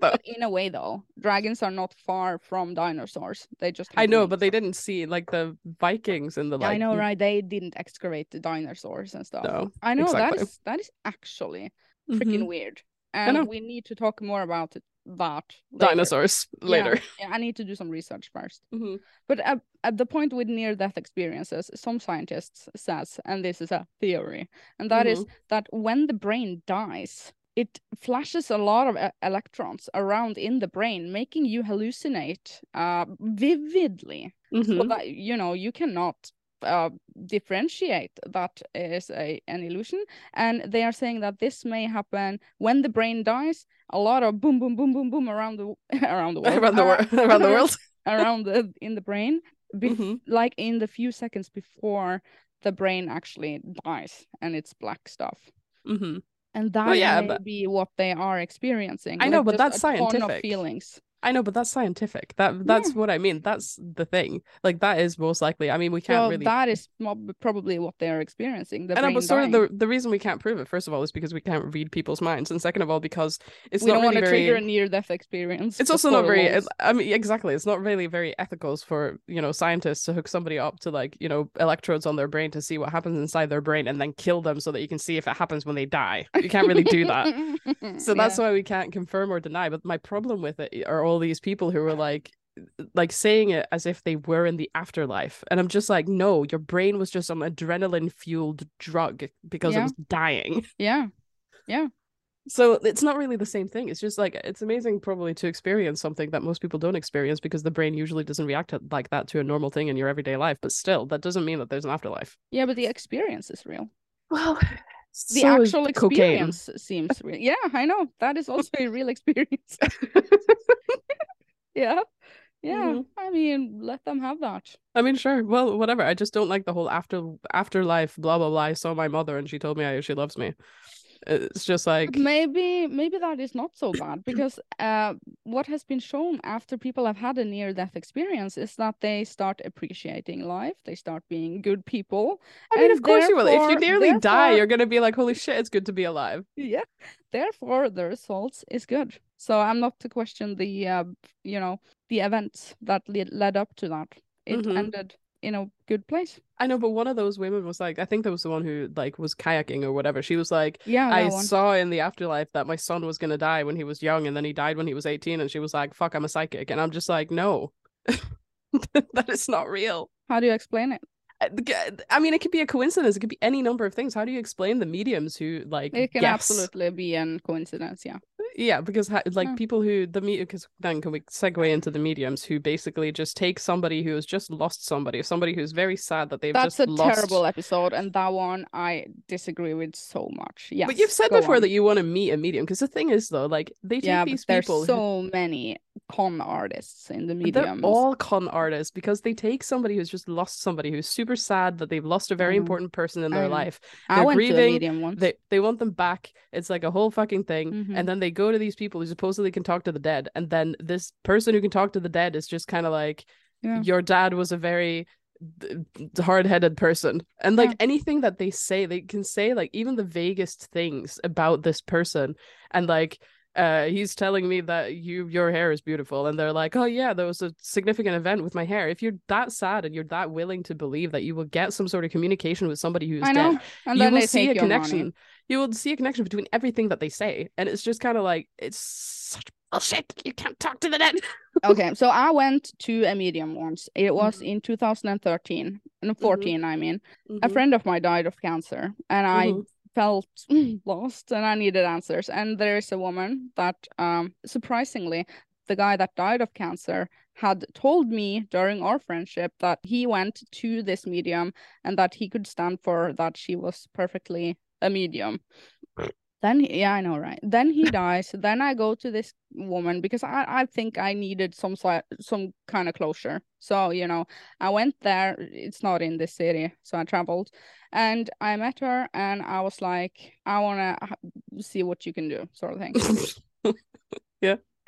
[LAUGHS]
though.
but in a way though, dragons are not far from dinosaurs. They just
I
have
know,
wings.
but they didn't see like the Vikings and the
Yeah,
like.
I know, right? They didn't excavate the dinosaurs and stuff.
No.
I know
exactly.
that is that is actually freaking
Mhm.
weird, and
know.
we need to talk more about it, that later.
Dinosaurs
Yeah,
later. [LAUGHS]
yeah, I need to do some research first.
Mhm.
But at, at the point with near death experiences, some scientists says, and this is a theory, and that
Mm-hmm.
is that when the brain dies, it flashes a lot of e- electrons around in the brain, making you hallucinate uh, vividly. So
Mhm.
that you know you cannot uh, differentiate that is a an illusion, and they are saying that this may happen when the brain dies. A lot of boom, boom, boom, boom, boom around the [LAUGHS] around the world,
[LAUGHS] Around the world. Around the world.
[LAUGHS] around the in the brain bef-
Mhm.
like in the few seconds before the brain actually dies and it's black stuff
Mhm.
and that
yeah,
may
but-
be what they are experiencing
I know,
like
but
just
that's
a ton of
scientific.
feelings
I know, but that's scientific. That that's what I mean. That's the thing. Like that is most likely. I mean, we can't
so
really.
that is mo- probably what they are experiencing the
I know,
brain
but sort
dying.
of the the reason we can't prove it, first of all, is because we can't read people's minds, and second of all, because it's
we
not
don't
really
want to
very.
trigger a near death experience
it's also not
before
very.
walls.
I mean, exactly. It's not really very ethical for you know scientists to hook somebody up to like you know electrodes on their brain to see what happens inside their brain and then kill them so that you can see if it happens when they die. You can't really do that.
[LAUGHS]
So that's why we can't confirm or deny. But my problem with it eh, are all these people who are like, eh, like saying it as if they were in the afterlife, and I'm just like, no, your brain was just some adrenaline fueled drug because
Yeah.
it was dying.
yeah
So it's not really the same thing. It's just like it's amazing probably to experience something that most people don't experience because the brain usually doesn't react to- like that to a normal thing in your everyday life. But still, that doesn't mean that there's an afterlife.
yeah but the experience is real
[SIGHS] Well,
the actual experience seems real yeah i know that is also a real experience yeah yeah
Mhm.
i mean let them have that
I mean, sure. Well, whatever. I just don't like the whole after afterlife, blah blah blah. I saw my mother and she told me I, she loves me. It's just like
But maybe maybe that is not so bad because uh what has been shown after people have had a near death experience is that they start appreciating life they start being good people
I mean,
and
of course you will. If you
therefore-
nearly die,
therefore-
you're gonna be like, holy shit, it's good to be alive.
yeah therefore the results is good so i'm not to question the uh, you know the events that led, led up to that it
Mhm.
ended in a good place
I know, but one of those women was like, I think that was the one who like was kayaking or whatever. She was like,
yeah that
I
one.
saw in the afterlife that my son was gonna die when he was young, and then he died when he was 18, and she was like, fuck, I'm a psychic, and I'm just like, no, [LAUGHS] that is not real.
how do you explain it
I- the g- I mean, it could be a coincidence. It could be any number of things. How do you explain the mediums who like?
it can
guess?
absolutely be a coincidence yeah
Yeah, because ha- like
Yeah.
people who the medium. Because then can we segue into the mediums who basically just take somebody who has just lost somebody, somebody who's very sad that they've
That's
just
a
lost.
terrible episode, and that one I disagree with so much. Yes,
but you've said
go
before
on.
that you want to meet a medium. Because the thing is, though, like they take
yeah, but
these
there's
people. who-
so many con artists in the
But They're
medium.
all con artists because they take somebody who's just lost somebody who's super sad that they've lost a very
know.
important person in
I
their
know.
life.
I
they're
went to a
grieving,
medium once.
they they want them back it's like a whole fucking thing
Mhm.
and then they go to these people who supposedly can talk to the dead and then this person who can talk to the dead is just kind of like
Yeah.
your dad was a very d- d- hard-headed person and like
Yeah.
anything that they say they can say like even the vaguest things about this person and like uh he's telling me that you your hair is beautiful and they're like oh yeah there was a significant event with my hair if you're that sad and you're that willing to believe that you will get some sort of communication with somebody who's
I
dead
know, and then
you will
they
see
take
a
your money.
connection. You will see a connection between everything that they say, and it's just kind of like it's such bullshit. You can't talk to the dead.
Okay, so I went to a medium once. It was in 2013 and 14, I mean. A
Mm-hmm.
friend of mine died of cancer, and I
Mhm.
felt [CLEARS THROAT] lost and I needed answers. And there is a woman that, um, surprisingly, the guy that died of cancer had told me during our friendship that he went to this medium and that he could stand for that she was perfectly a medium. Then he, yeah, I know, right? Then he dies. Then I go to this woman because I, I think I needed some sli- some kind of closure. So you know, I went there. It's not in this city, so I traveled, and I met her, and I was like, I wanna ha- see what you can do, sort of thing.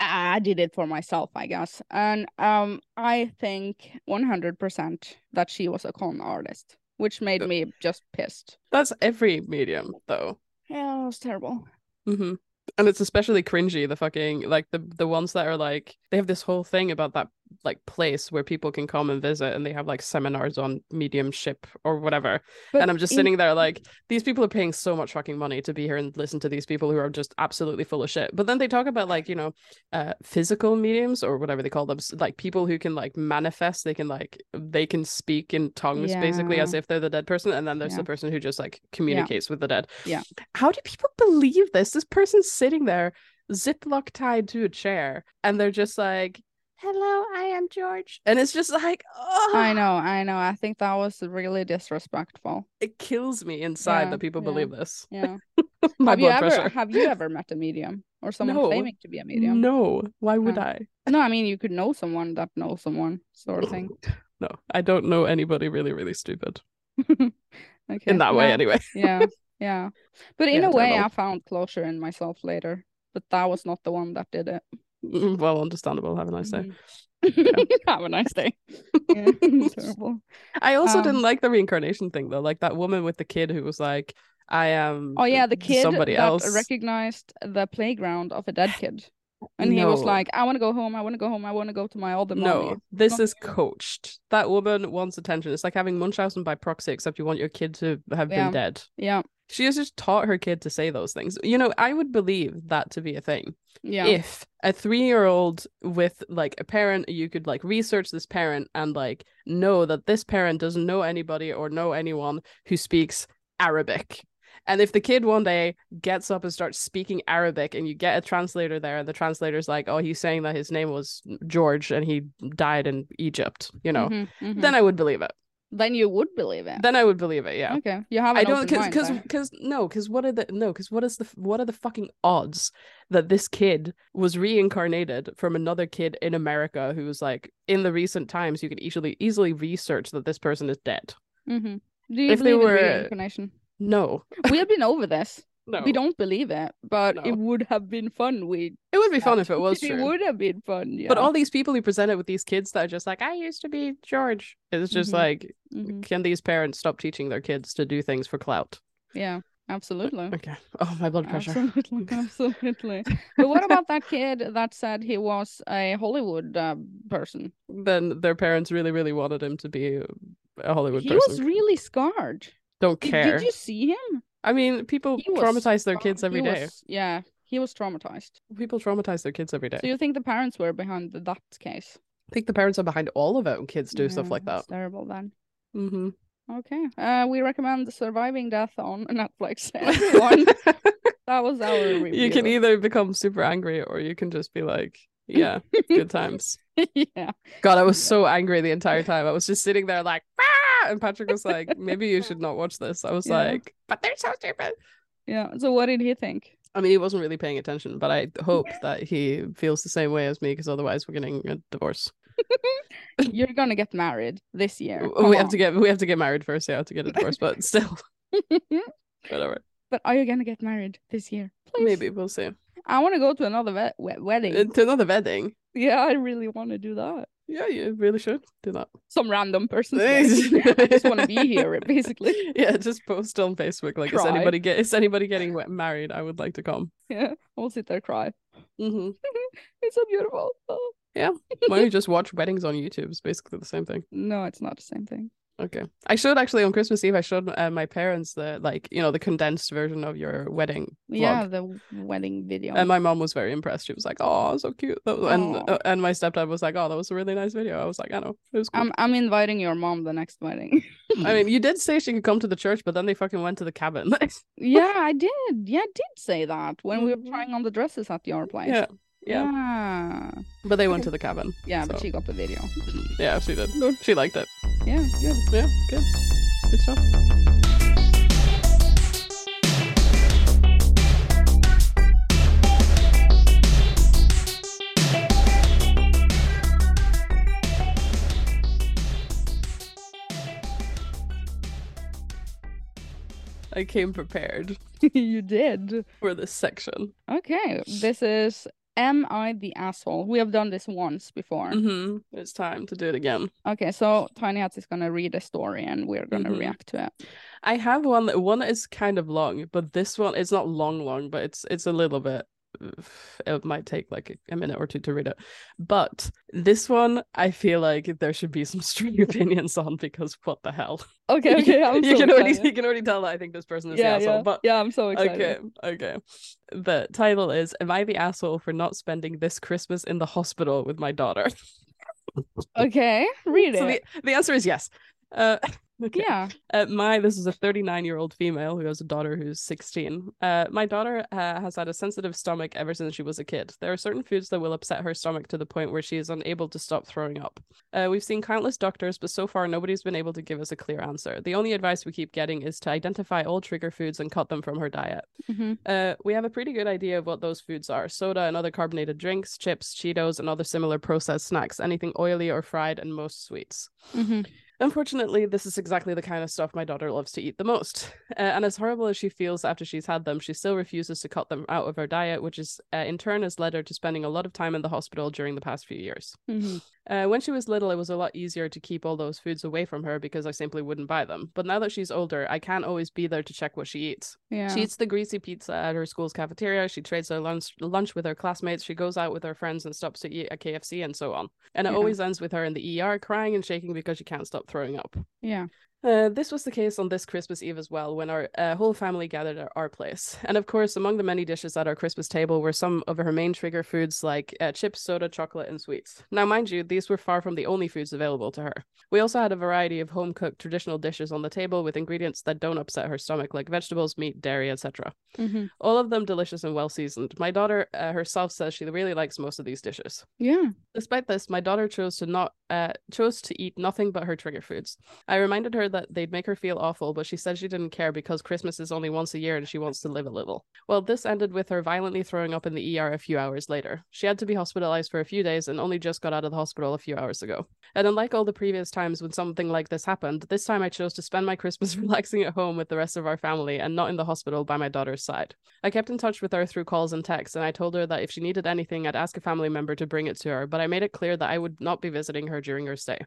I did it for myself, I guess, and um, I think one hundred percent that she was a con artist, which made
Uh.
me just pissed.
That's every medium, though.
Yeah, it was terrible. Mm-hmm.
hmm And it's especially cringy. The fucking like the the ones that are like they have this whole thing about that like place where people can come and visit, and they have like seminars on mediumship or whatever.
But
and I'm just
in-
[SIGHS] sitting there like these people are paying so much fucking money to be here and listen to these people who are just absolutely full of shit. But then they talk about like you know, uh, physical mediums or whatever they call them, s- like people who can like manifest. They can like they can speak in tongues basically
Yeah.
as if they're the dead person, and then there's
Yeah.
the person who just like communicates with the dead.
Yeah.
How do people believe this? This person's sitting there, ziploc tied to a chair, and they're just like. Hello, I am George. And it's just like, oh,
I know, I know. I think that was really disrespectful.
It kills me inside
Yeah,
that people
yeah.
believe this.
Yeah.
[LAUGHS] My
have you
blood
ever
pressure.
have you ever met a medium or someone
No.
claiming to be a [LAUGHS] medium? No.
No, why would
No.
I?
I mean you could know someone that knows someone, sort of thing.
No, I don't know anybody really, really stupid
okay.
[LAUGHS] in that way,
no,
anyway. [LAUGHS]
yeah, yeah. But in
Yeah,
a way,
terrible.
I found closure in myself later. But that was not the one that did it.
well, understandable. Have a nice day.
Mhm. [LAUGHS] have a nice
[LAUGHS]
day. Yeah, [LAUGHS] terrible.
I also
Um,
didn't like the reincarnation thing though. Like that woman with the kid who was like, "I am."
Oh yeah, the
th-
kid
Somebody
that
else.
recognized the playground of a dead kid, and he was
No.
like, "I want to go home. I want to go home. I want to go to my old mommy." Oh,
No, this
not
is coached. That woman wants attention. It's like having Munchausen by proxy, except you want your kid to have
Yeah.
been dead.
Yeah,
She has just taught her kid to say those things. You know, I would believe that to be a thing.
yeah,
if a three year old with like a parent, you could like research this parent and like know that this parent doesn't know anybody or know anyone who speaks Arabic. And if the kid one day gets up and starts speaking Arabic and you get a translator there, and the translator's like, oh, he's saying that his name was George and he died in Egypt, you know,
Mhm, mhm.
then I would believe it.
then you would believe it.
Then I would believe it, yeah.
okay, you have. An
I don't
open
because
mind
because
there.
because no because what are the no because what is the f- what are the fucking odds that this kid was reincarnated from another kid in America who was like in the recent times you could easily easily research that this person is dead.
Mhm. Do you
if they
believe in
were-
reincarnation?
No,
we have been over
[LAUGHS]
this.
no,
We don't believe it, but
No.
it would have been fun. We
It would be fun if [LAUGHS] it
[LAUGHS]
was
it
true.
would have been fun. Yeah.
But all these people who presented with these kids that are just like I used to be George. It's just
Mhm.
like
Mhm.
can these parents stop teaching their kids to do things for clout?
yeah, absolutely.
Okay. Oh my blood pressure. [LAUGHS]
Absolutely, absolutely. but what about that kid that said he was a Hollywood uh, person?
Then their parents really really wanted him to be a Hollywood
he
person.
was really scarred.
don't
Did-
care.
Did you see him?
I mean, people
He was
traumatize their kids every
he
day.
was- yeah, he was traumatized.
People traumatize their kids every day.
So you think the parents were behind the, that case?
I think the parents are behind all of it when kids do stuff
Yeah,
like that.
that's terrible then.
hmm
Okay. Uh, we recommend Surviving Death on [LAUGHS]
[LAUGHS]
Netflix. Everyone. that was our review.
Mm-hmm. you can either become super angry or you can just be like,
[LAUGHS]
yeah, good times.
yeah.
God, I was
Yeah.
so angry the entire time. I was just sitting there like, ah! and Patrick was like, maybe you should not watch this. I was
Yeah.
like, but they're so stupid.
Yeah. So what did he think?
I mean, he wasn't really paying attention, but I hope that he feels the same way as me because otherwise we're getting a divorce.
You're gonna get married this year.
W- we have to get we have to get married first. Yeah, to get a divorce,
[LAUGHS]
but still,
get.
whatever.
[LAUGHS] but are you gonna get married this year? Please.
Maybe we'll see.
I want to go to another we- we- wedding.
Uh, To another wedding.
yeah, I really want to do that.
Yeah, you really should do that. [LAUGHS]
Some random person. [LAUGHS] I just want to be here, basically. [LAUGHS]
Yeah, just post on Facebook like is
Cry.
anybody get is anybody getting wet- married? I would like to come.
Yeah, I'll sit there cry.
Mm-hmm.
It's so beautiful. Oh.
Why don't you just watch weddings on YouTube? It's basically the same thing.
No, it's not the same thing.
Okay, I showed actually on Christmas Eve. I showed uh, my parents the like you know the condensed version of your wedding vlog.
Yeah, the wedding video.
And my mom was very impressed. She was like, "Oh, so cute!" That was, and
Aw.
uh, and my stepdad was like, "Oh, that was a really nice video." I was like, "I know, it was cool."
I'm I'm inviting your mom the next wedding. [LAUGHS]
I mean, you did say she could come to the church, but then they fucking went to the cabin. [LAUGHS]
yeah, I did. Yeah, I did say that when we were
Mhm.
trying on the dresses at your place.
yeah, yeah.
Yeah.
But they went to the cabin.
Yeah, but
So-
she got the video.
Yeah, she did. She liked it.
Yeah, [LAUGHS] good.
Yeah, good. Good stuff. I came prepared
you did.
for this section.
Okay. This is Am I the Asshole? We have done this once before.
hmm It's time to do it again.
Okay, so Tiny Hats is gonna read a story and we're gonna
Mhm.
react to
[LAUGHS]
it.
I have one that one is kind of long, but this one it's not long, long, but it's it's a little bit. [SIGHS] It might take like a minute or two to read it, but this one I feel like there should be some [LAUGHS]
[LAUGHS]
strong opinions on because what the hell?
Okay,
[LAUGHS]
okay, I'm
you
so
can already
excited.
you can already tell that I think this person is
yeah,
the asshole.
yeah,
But
yeah, I'm so excited.
okay, okay. The title is "Am I the asshole for not spending this Christmas in the hospital with my daughter?" [LAUGHS]
Okay, read
so the,
it.
the answer is yes. Uh, [LAUGHS] okay.
Yeah.
Uh, my this is a 39 year old female who has a daughter who's 16. Uh, my daughter uh, has had a sensitive stomach ever since she was a kid. There are certain foods that will upset her stomach to the point where she is unable to stop throwing up. Uh, we've seen countless doctors, but so far nobody's been able to give us a clear answer. The only advice we keep getting is to identify all trigger foods and cut them from her diet.
Mhm.
Uh, we have a pretty good idea of what those foods are soda and other carbonated drinks, chips, Cheetos, and other similar processed snacks, anything oily or fried, and most sweets.
Mhm.
Unfortunately, this is exactly the kind of stuff my daughter loves to eat the most. [LAUGHS] Uh, and as horrible as she feels after she's had them, she still refuses to cut them out of her diet, which is uh, in turn has led her to spending a lot of time in the hospital during the past few years.
Mhm.
Uh, when she was little, it was a lot easier to keep all those foods away from her because I simply wouldn't buy them. But now that she's older, I can't always be there to check what she eats.
Yeah.
She eats the greasy pizza at her school's cafeteria. She trades her lunch lunch with her classmates. She goes out with her friends and stops to eat at KFC and so on. And it
Yeah.
always ends with her in the ER crying and shaking because she can't stop throwing up.
Yeah.
Uh, this was the case on this Christmas Eve as well, when our uh, whole family gathered at our place. And of course, among the many dishes at our Christmas table were some of her main trigger foods like uh, chips, soda, chocolate, and sweets. Now, mind you, these were far from the only foods available to her. We also had a variety of home cooked traditional dishes on the table with ingredients that don't upset her stomach, like vegetables, meat, dairy, etc.
Mhm.
All of them delicious and well seasoned. My daughter uh, herself says she really likes most of these dishes.
Yeah.
Despite this, my daughter chose to not uh, chose to eat nothing but her trigger foods. I reminded her that they'd make her feel awful, but she said she didn't care because Christmas is only once a year and she wants to live a little. Well, this ended with her violently throwing up in the ER a few hours later. She had to be hospitalized for a few days and only just got out of the hospital a few hours ago. And unlike all the previous times when something like this happened, this time I chose to spend my Christmas [LAUGHS] relaxing at home with the rest of our family and not in the hospital by my daughter's side. I kept in touch with her through calls and texts, and I told her that if she needed anything, I'd ask a family member to bring it to her, but I made it clear that I would not be visiting her during her stay.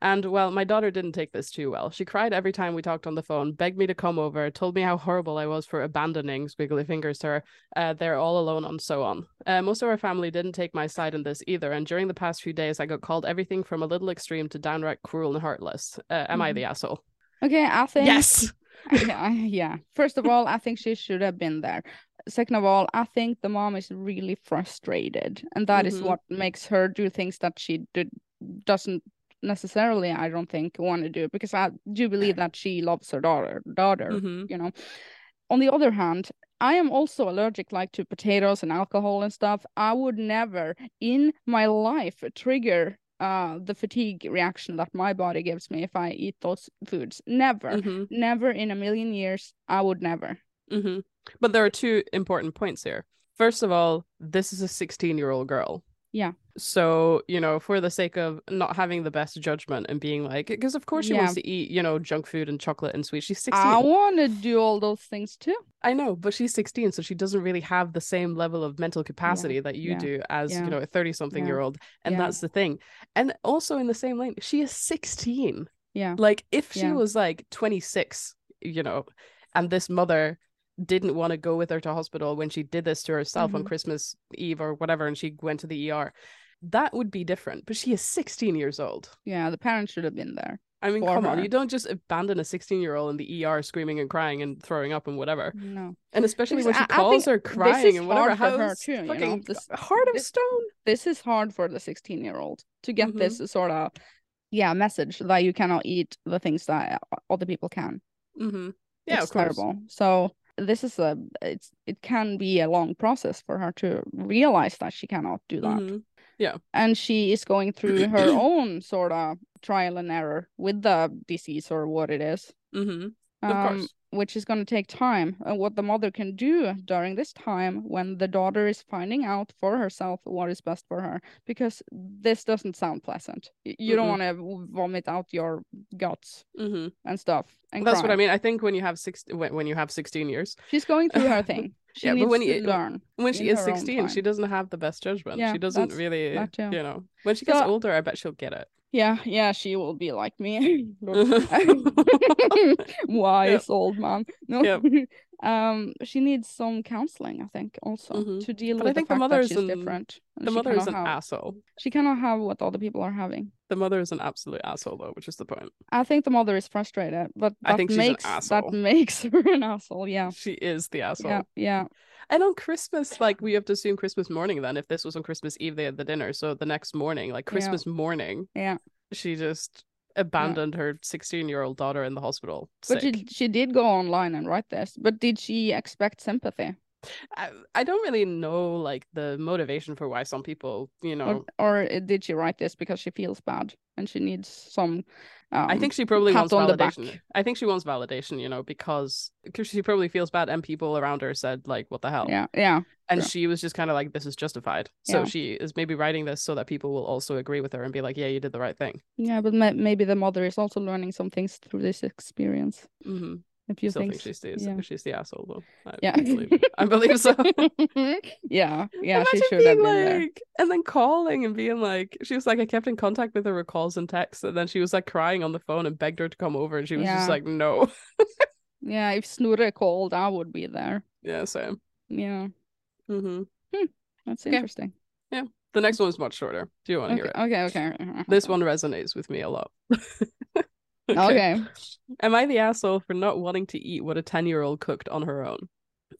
And, well, my daughter didn't take this too well. She cried every time we talked on the phone, begged me to come over, told me how horrible I was for abandoning Squiggly Fingers her, uh, they're all alone, and so on. Uh, most of our family didn't take my side in this either, and during the past few days, I got called everything from a little extreme to downright cruel and heartless. Uh, am I
Mhm.
the asshole?
Okay, I think
Yes!
[LAUGHS] I- I- yeah. First of all, I think she should have been there. Second of all, I think the mom is really frustrated, and that is
Mhm.
what makes her do things that she did, doesn't necessarily, I don't think, want to do because I do believe that she loves her daughter. Daughter,
Mhm.
you know. On the other hand, I am also allergic like to potatoes and alcohol and stuff. I would never in my life trigger uh the fatigue reaction that my body gives me if I eat those foods. Never.
Mhm.
Never in a million years. I would never.
Mm-hmm. But there are two important points here. First of all, this is a 16 year old girl.
Yeah.
So, you know, for the sake of not having the best judgment and being like, because of course she wants to eat, you know, junk food and chocolate and sweets. She's 16.
I want to do all those things too.
I know, but she's 16, so she doesn't really have the same level of mental capacity that you
yeah,
do as,
yeah,
you know, a 30 something
yeah,
year old. And
yeah.
that's the thing. And also in the same lane, she is 16.
Yeah.
Like if she
Yeah.
was like 26, you know, and this mother didn't want to go with her to hospital when she did this to herself on
Mhm.
Christmas Eve or whatever, and she went to the ER, that would be different. But she is 16 years old.
Yeah, the parents should have been there.
I mean,
For
come on,
her.
you don't just abandon a 16 year old in the ER screaming and crying and throwing up and whatever.
No,
And especially when
Because
she
I- I think
calls her
is
crying and whatever,
hard for her
how it's
too, you know,
fucking
this-
heart of
this-
stone.
this is hard for the sixteen-year-old to get
Mhm.
this sort of yeah message that you cannot eat the things that o- other people can.
Mm-hmm. Yeah,
it's
of course.
terrible. So this is a it's it can be a long process for her to realize that she cannot do that.
Mhm.
and she is going through
[CLEARS THROAT]
her own sort of trial and error with the disease or what it is. um,
Mhm. Of course.
which is going to take time. And what the mother can do during this time when the daughter is finding out for herself what is best for her, because this doesn't sound pleasant. Y- You don't want to vomit out your guts
Mm-hmm.
and stuff. And
That's what I
cry.
mean. I think when you have six, when, when you have sixteen years,
She's going through her
[LAUGHS]
thing. She
Yeah, but
needs
when
to
you-
learn.
when she
In
is
her own
sixteen, she
time.
doesn't have the best judgment.
Yeah,
she doesn't
that's-
really,
that too.
you know. When she gets
So-
older, I bet she'll get it.
Yeah, yeah, she will be like
[LAUGHS]
me. [LAUGHS] Lol. Wise old man. No.
Yep.
[LAUGHS] um, she needs some counseling, I think, also
Mhm.
to deal
But I
with the
think the
fact
mother
that
is
she's
an-
different. and
The
she
mother is
cannot
an
have,
asshole.
She cannot have what other people are having.
The mother is an absolute asshole, though, which is the point.
I think the mother is frustrated, but
I
that
think she's an
makes
asshole.
that makes [LAUGHS] her an asshole. Yeah,
She is the asshole.
yeah, yeah.
And on Christmas, like we have to assume Christmas morning then, if this was on Christmas Eve, they had the dinner. So the next morning, like
Yeah.
Christmas morning,
Yeah.
she just abandoned her 16 year old daughter in the hospital.
But
sick.
she she did go online and write this. But did she expect sympathy,
I, I don't really know like the motivation for why some people, you know,
or or did she write this because she feels bad and she needs some? Um,
I think she probably
pat
wants
on the
validation.
back.
I think she wants validation, you know, because because she probably feels bad and people around her said like, what the hell?
yeah, yeah.
and
Sure.
she was just kind of like this is justified so
Yeah.
she is maybe writing this so that people will also agree with her and be like yeah you did the right thing
Yeah, but ma- maybe the mother is also learning some things through this experience.
mm-hmm.
A few
still think
things.
she's the,
yeah.
she's the asshole though I
Yeah.
believe, I believe so
yeah, [LAUGHS] yeah,
Imagine
she should have
being
been
like,
there.
and then calling and being like, she was like, I kept in contact with her with calls and texts, and then she was like crying on the phone and begged her to come over, and she was
Yeah.
just like, no, [LAUGHS]
Yeah, if Snurre called, I would be there.
yeah, same.
Yeah,
hmm
that's
Okay.
interesting.
The next one's much shorter. Do you want
Okay,
to hear it?
okay, okay. okay.
[LAUGHS]
[LAUGHS]
This one resonates with me a lot. [LAUGHS]
Okay.
Am I the asshole for not wanting to eat what a 10 year old cooked on her own?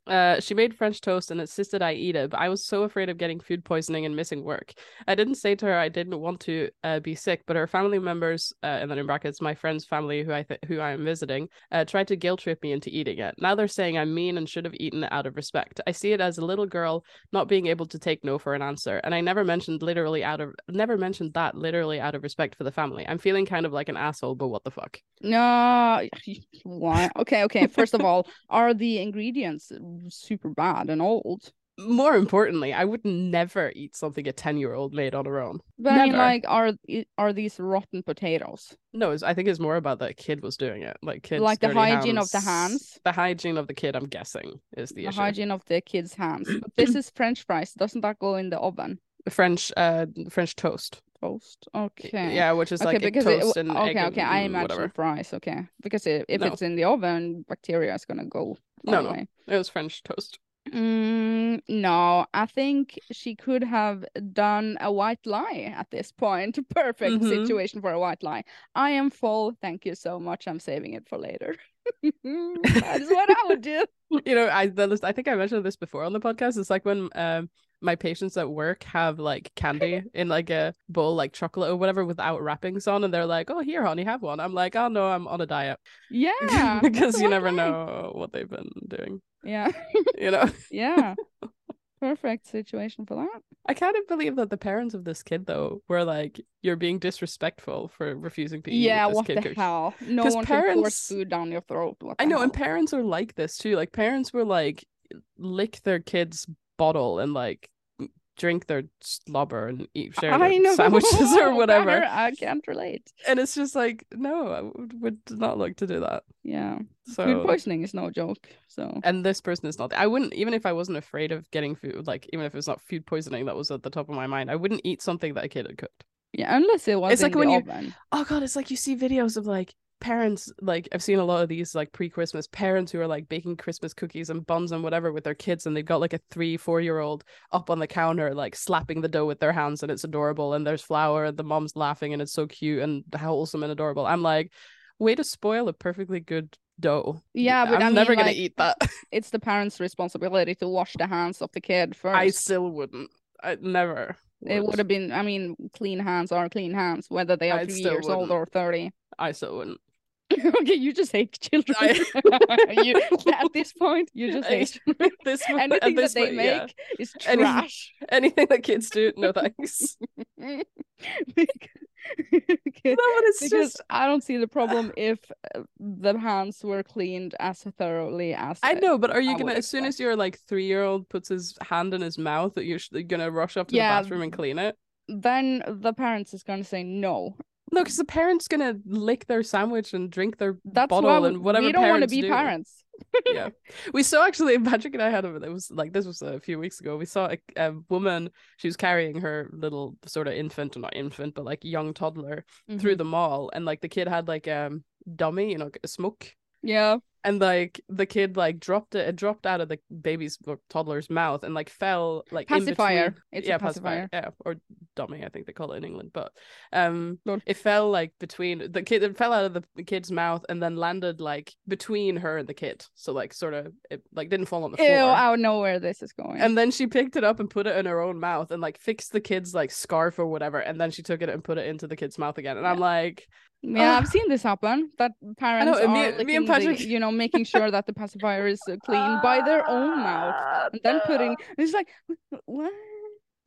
Uh, she made French toast and insisted I eat it, but I was so afraid of getting food poisoning and missing work. I didn't say to her I didn't want to uh, be sick, but her family members, uh, and then in brackets, my friend's family who I th- who I am visiting, uh, tried to guilt trip me into eating it. Now they're saying I'm mean and should have eaten it out of respect. I see it as a little girl not being able to take no for an answer, and I never mentioned literally out of never mentioned that literally out of respect for the family. I'm feeling kind of like an asshole, but what the fuck?
No, [LAUGHS] why? Okay, okay. First of all, are the ingredients super bad and old?
more importantly, I would never eat something a 10 year old made on her own.
But I mean,
Never.
like, are i- are these rotten potatoes?
No, it's, I think it's more about the kid was doing it. Like kids,
Like the
dirty
hygiene of the hands?
The hygiene of the kid, I'm guessing, is the,
the
issue.
hygiene of the kids'
[CLEARS THROAT]
hands. But this is French fries. Doesn't that go in the oven?
French, uh, French toast.
Toast.
Y-
Okay.
Yeah, which is
Okay,
like egg
because it,
toast and
okay,
egg
okay, I
and
imagine
whatever.
fries. Okay, because i- if
No.
it's in the oven, bacteria is gonna go far
No, no.
away.
It was French toast. [LAUGHS]
Mm, no, I think she could have done a white lie at this point. [LAUGHS] Perfect
Mhm.
situation for a white lie. I am full. Thank you so much. I'm saving it for later. [LAUGHS] that is what I would
[LAUGHS]
do.
You know, I the list, I think I mentioned this before on the podcast. It's like when um my patients at work have like
[LAUGHS]
candy in like a bowl, like chocolate or whatever, without wrappings on, and they're like, "Oh, here, honey, have one." I'm like, "Oh no, I'm on a diet."
Yeah, that's
[LAUGHS] because
a
you
white
never
lie.
know what they've been doing.
Yeah, [LAUGHS]
You know, [LAUGHS]
yeah. Perfect situation for that.
I kind of believe that the parents of this kid though were like, "You're being disrespectful for refusing to eat."
Yeah,
this
what
kid
the
cooked."
hell? No
'Cause
one can
parents-
force food down your throat. What
I
the
know, and
hell?
parents are like this too. Like parents were like, lick their kid's bottle and like drink their slobber and eat share
I
their
know [LAUGHS]
sandwiches or whatever.
I, I can't relate.
And it's just like, no, I would, would not like to do that.
Yeah, food
So
poisoning is no joke. So
and this person is not i wouldn't even if i wasn't afraid of getting food like even if it's not food poisoning that was at the top of my mind i wouldn't eat something that a kid had cooked
yeah, unless it was
It's like
in
when
the
you-
oven.
oh god it's like you see videos of like parents like i've seen a lot of these like pre-christmas parents who are like baking christmas cookies and buns and whatever with their kids and they've got like a three four year old up on the counter like slapping the dough with their hands and it's adorable and there's flour and the mom's laughing and it's so cute and wholesome and adorable i'm like way to spoil a perfectly good dough
Yeah, but
i'm
I mean,
never gonna
like,
eat that
It's the parents' responsibility to wash the hands of the kid first.
I still wouldn't. I never.
it would have been, I mean, clean hands are clean hands, whether they are
I
three
still
years old
wouldn't.
or 30.
I still wouldn't.
[LAUGHS] okay, you just hate children.
I-
[LAUGHS] you, at this point, you just
[LAUGHS] I-
hate children.
This [LAUGHS] one, at
[LAUGHS] Anything
this
that they
point,
make
yeah.
[LAUGHS] is
Any- [LAUGHS]
trash.
anything that kids do,
[LAUGHS]
no thanks.
Okay.
no, but it's
because
[LAUGHS] just
I don't see the problem if uh, the hands were cleaned as thoroughly as
I know, but are you
I would
gonna as soon
expect.
as your like three year old puts his hand in his mouth that you're sh- gonna rush up to
Yeah.
the bathroom and clean it?
Then the parents is gonna say no.
No, because the parents gonna lick their sandwich and drink their [LAUGHS]
That's
bottle
why
and whatever.
we don't want to
parents
be
do.
parents.
yeah, we saw actually [LAUGHS] Patrick and I had a it was like this was a few weeks ago. We saw a, a woman she was carrying her little sort of infant or not infant but like young toddler through
Mm-hmm.
the mall and like the kid had like um dummy you know a smoke
Mm-hmm. Yeah.
and like the kid like dropped it, it dropped out of the baby's or toddler's mouth and like fell like in
Pacifier.
between-
It's a
yeah,
pacifier.
yeah, or dummy, I think they call it in England. But um,
Lol.
it fell like between the kid, it fell out of the, the kid's mouth and then landed like between her and the kid. So like sort of it like didn't fall on the
Ew,
floor.
I don't know where this is going.
and then she picked it up and put it in her own mouth and like fixed the kid's like scarf or whatever. And then she took it and put it into the kid's mouth again. And I'm like,
yeah,
Ugh.
I've seen this happen. That parents
uh, and me-
are
me and
licking the-
Patrick-
you know, making sure that the pacifier is uh, clean by their own mouth, and then putting. It's like "Wh- what?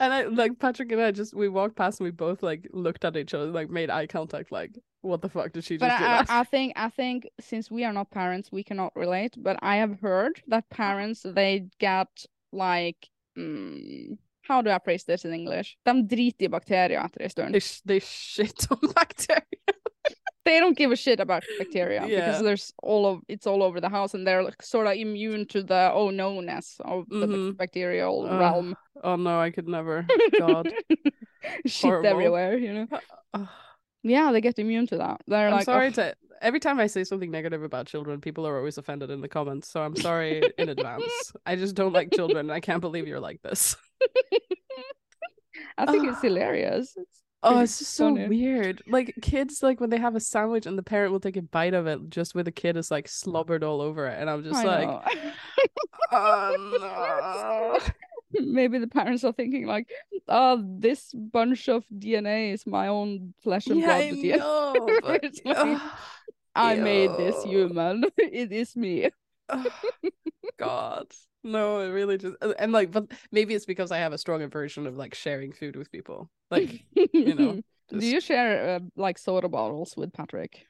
And I like Patrick and I just we walked past and we both like looked at each other, like made eye contact, like what the fuck did she
But
just do?
I, I,
that?
I think I think since we are not parents, we cannot relate. But I have heard that parents they get like mm, how do I phrase this in English? De driter i bakterier etter en stund.
[LAUGHS] they, sh- they shit on [LAUGHS] bacteria.
They don't give a shit about bacteria
Yeah.
because there's all of it's all over the house, and they're like, sort of immune to the oh knownness of the bac-
Mhm.
bacterial
Ugh.
realm. [LAUGHS]
Oh no, I could never. [LAUGHS] God.
Shit
Horrible.
everywhere, you know.
Ugh.
Yeah, they get immune to that. They're
I'm
like, "Oh,
sorry
"Ugh,
to every time I say something negative about children, people are always offended in the comments. So I'm sorry
[LAUGHS]
in advance. I just don't like children. and I can't believe you're like this.
I think
[SIGHS]
it's
Ugh.
hilarious. It's
Oh,
pretty
it's just so
funny.
weird. Like kids, like when they have a sandwich and the parent will take a bite of it, just where the kid is like slobbered all over it, and I'm
I
just like,
know. [LAUGHS]
oh no.
Maybe the parents are thinking like, "Oh, this bunch of DNA is my own flesh and blood DNA.
know,
[LAUGHS]
but-
It's like, I made this
ew.
human. [LAUGHS] it is me."
Ugh,
[LAUGHS]
God. No, it really just and- and like but maybe it's because I have a strong aversion of like sharing food with people. Like you know.
[LAUGHS] do you share uh, like soda bottles with Patrick?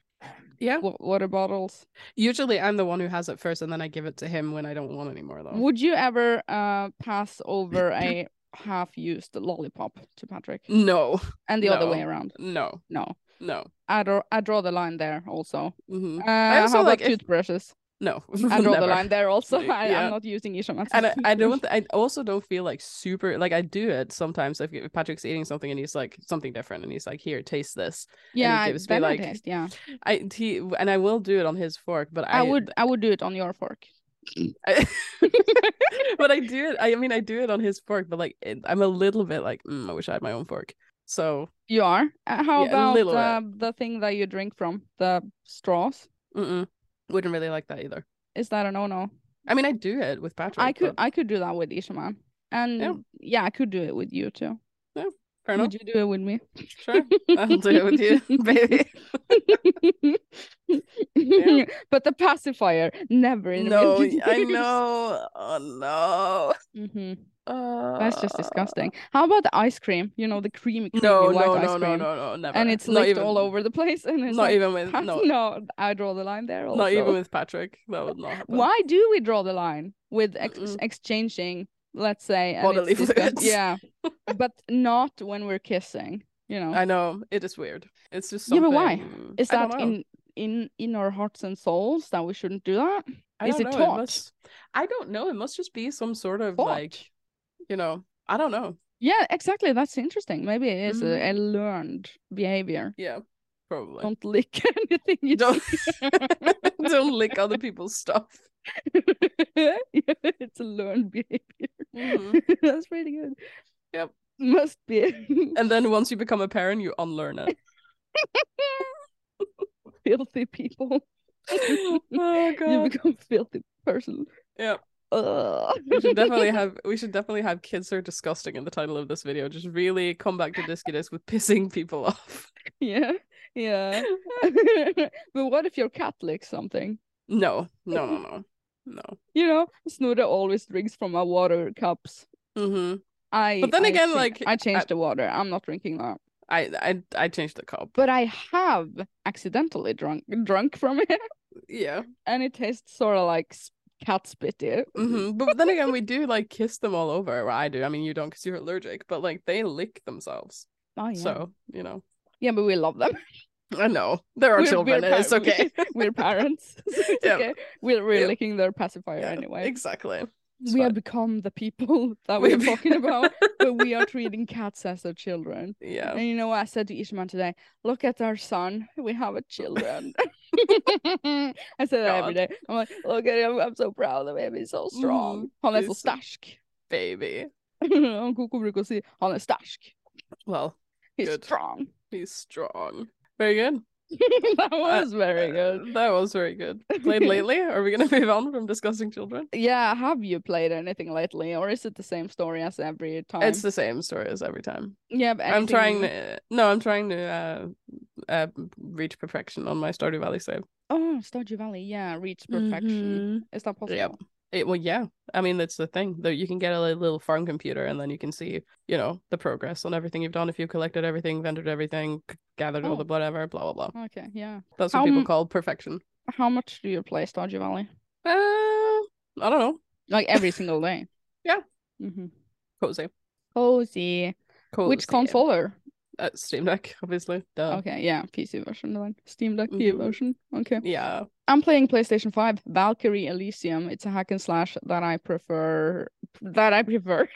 Yeah.
Wa- water bottles.
Usually I'm the one who has it first and then I give it to him when I don't want anymore though.
Would you ever uh pass
[LAUGHS]
over a half-used lollipop to Patrick?
No.
And the other way
No.
around.
No.
No,
No.
I draw I draw the line there also.
hmm
Uh, I
also
how about
like if- [LAUGHS]
toothbrushes?
No.
I draw
Never.
the line there
[LAUGHS]
also.
Y-
I,
yeah.
I'm not using Ishamats.
and I, I
[LAUGHS]
don't I also don't feel like super like I do it sometimes if, if Patrick's eating something and he's like something different and he's like here taste this
yeah, I-
gives me,
then I
like,
taste, yeah.
I he, and I will do it on his fork but
I,
I,
would I would do it on your fork.
I- [LAUGHS] but I do it I mean I do it on his fork but like it, I'm a little bit like mm, I wish I had my own fork so
[LAUGHS] You are. Uh, how
Yeah, a
about
little bit.
uh, the thing that you drink from the straws?
mm-mm, wouldn't really like that either
Is that a no no?
I mean I do it with Patrick
I could
but
I could do that with Ishaman, and yeah. I could do it with you too.
fair enough
Would you do it with me? [LAUGHS]
sure I'll do it with you baby
[LAUGHS] But the pacifier never in
no
[LAUGHS]
I know oh
hmm
no uh,
That's just disgusting. How about the ice cream? You know the creamy, creamy
No,
white
no,
ice
no, no,
cream,
no, no, never.
and it's
not
licked
even,
all over the place, and [LAUGHS] it's
Not
like,
even with
"Pat,
no,
no, I draw the line there. Also.
not even with Patrick. That would not happen.
Why do we draw the line with ex-
Mm-mm.
exchanging, let's say, and
Bodily
it's disgust-
fluids. [LAUGHS]
yeah, but not when we're kissing, you know?
I know it is weird. It's just
Yeah, but
something.
why? Is
I don't
that
know.
in in in our hearts and souls that we shouldn't do that?
I
is
don't
it
know,
taught?
must- I don't know. It must just be some sort of
Taught?
like, you know, I don't know.
Yeah, exactly. That's interesting. Maybe it is a,
Mm-hmm.
a learned behavior.
Yeah, probably.
Don't lick [LAUGHS] anything you
Don't-
don't.
[LAUGHS] Don't lick other people's stuff.
[LAUGHS] it's a learned behavior. Mm-hmm.
Mhm.
[LAUGHS] That's pretty good.
Yep.
Must be [LAUGHS]
And then once you become a parent, you unlearn it.
filthy people.
oh
You
god.
become filthy person.
Yep.
Ugh.
We
[LAUGHS]
should definitely have we should definitely have kids are disgusting in the title of this video. Just really come back to Disky Disc with pissing people [LAUGHS] off.
yeah. Yeah. [LAUGHS] but what if your cat licks something?
No, no, no, no, no.
You know, Snorre always drinks from my water cups.
Mm-hmm.
I
But then
I
again,
cha-
like,
I changed the water. I'm not drinking that.
I, I, I changed the cup.
But I have accidentally drunk drunk from [LAUGHS] it.
Yeah.
and it tastes sort of like s- cat spitty. [LAUGHS]
hmm But then again, we do like kiss them all over. Well, I do. I mean, you don't because you're allergic, but like they lick themselves.
Oh yeah.
So, you know,
yeah, but we love them.
I know there
[LAUGHS]
are
We're-
children.
we're
and it's
pa-
okay.
[LAUGHS] We're parents. [LAUGHS] so it's
Yeah.
okay. We're, we're
Yeah.
licking their pacifier
Yeah,
anyway.
Exactly. It's
we
fine.
have become the people [LAUGHS] that we're
We've-
talking about, but we are treating cats as their children.
Yeah.
And you know what I said to Ishman today? Look at our son. We have a
[LAUGHS]
children. [LAUGHS] I say that every
God. Mm-hmm.
day. I'm like, look at him. I'm so proud of him. He's so strong. Han är så
Precis.
stark. [LAUGHS]
Baby.
Om Koko brukar säga, han är stark.
Well,
He's
Good.
strong. [LAUGHS]
he's strong. Very good.
that was very
Uh,
good.
That was very good.
[LAUGHS]
Played lately. Are we gonna [LAUGHS] move on from discussing children?
Yeah, have you played anything lately, or is it the same story as every time?
It's the same story as every time.
yeah, but
I'm
anything
trying
new?
to no, I'm trying to uh, uh reach perfection on my Stardew Valley save.
Oh, Stardew Valley, yeah, reach
Mm-hmm.
perfection. Is that possible?
It, well, yeah. I mean, that's the thing. Though you can get a li- little farm computer, and then you can see, you know, the progress on everything you've done. If you've collected everything, vendored everything, c- gathered all
Oh.
the whatever, blah blah blah.
Okay, yeah.
That's
How
what people
m-
call perfection.
How much do you play Stardew Valley?
Uh, I don't know.
Like every single day.
[LAUGHS] Yeah.
Mm-hmm.
Cozy.
Cozy.
Cozy. Oh.
Which consoler?
Uh, Steam Deck, obviously. Duh.
Okay, yeah, PC version then. Steam Deck
Mhm.
version. Okay.
Yeah.
I'm playing PlayStation 5 Valkyrie Elysium. It's a hack and slash that I prefer that I prefer.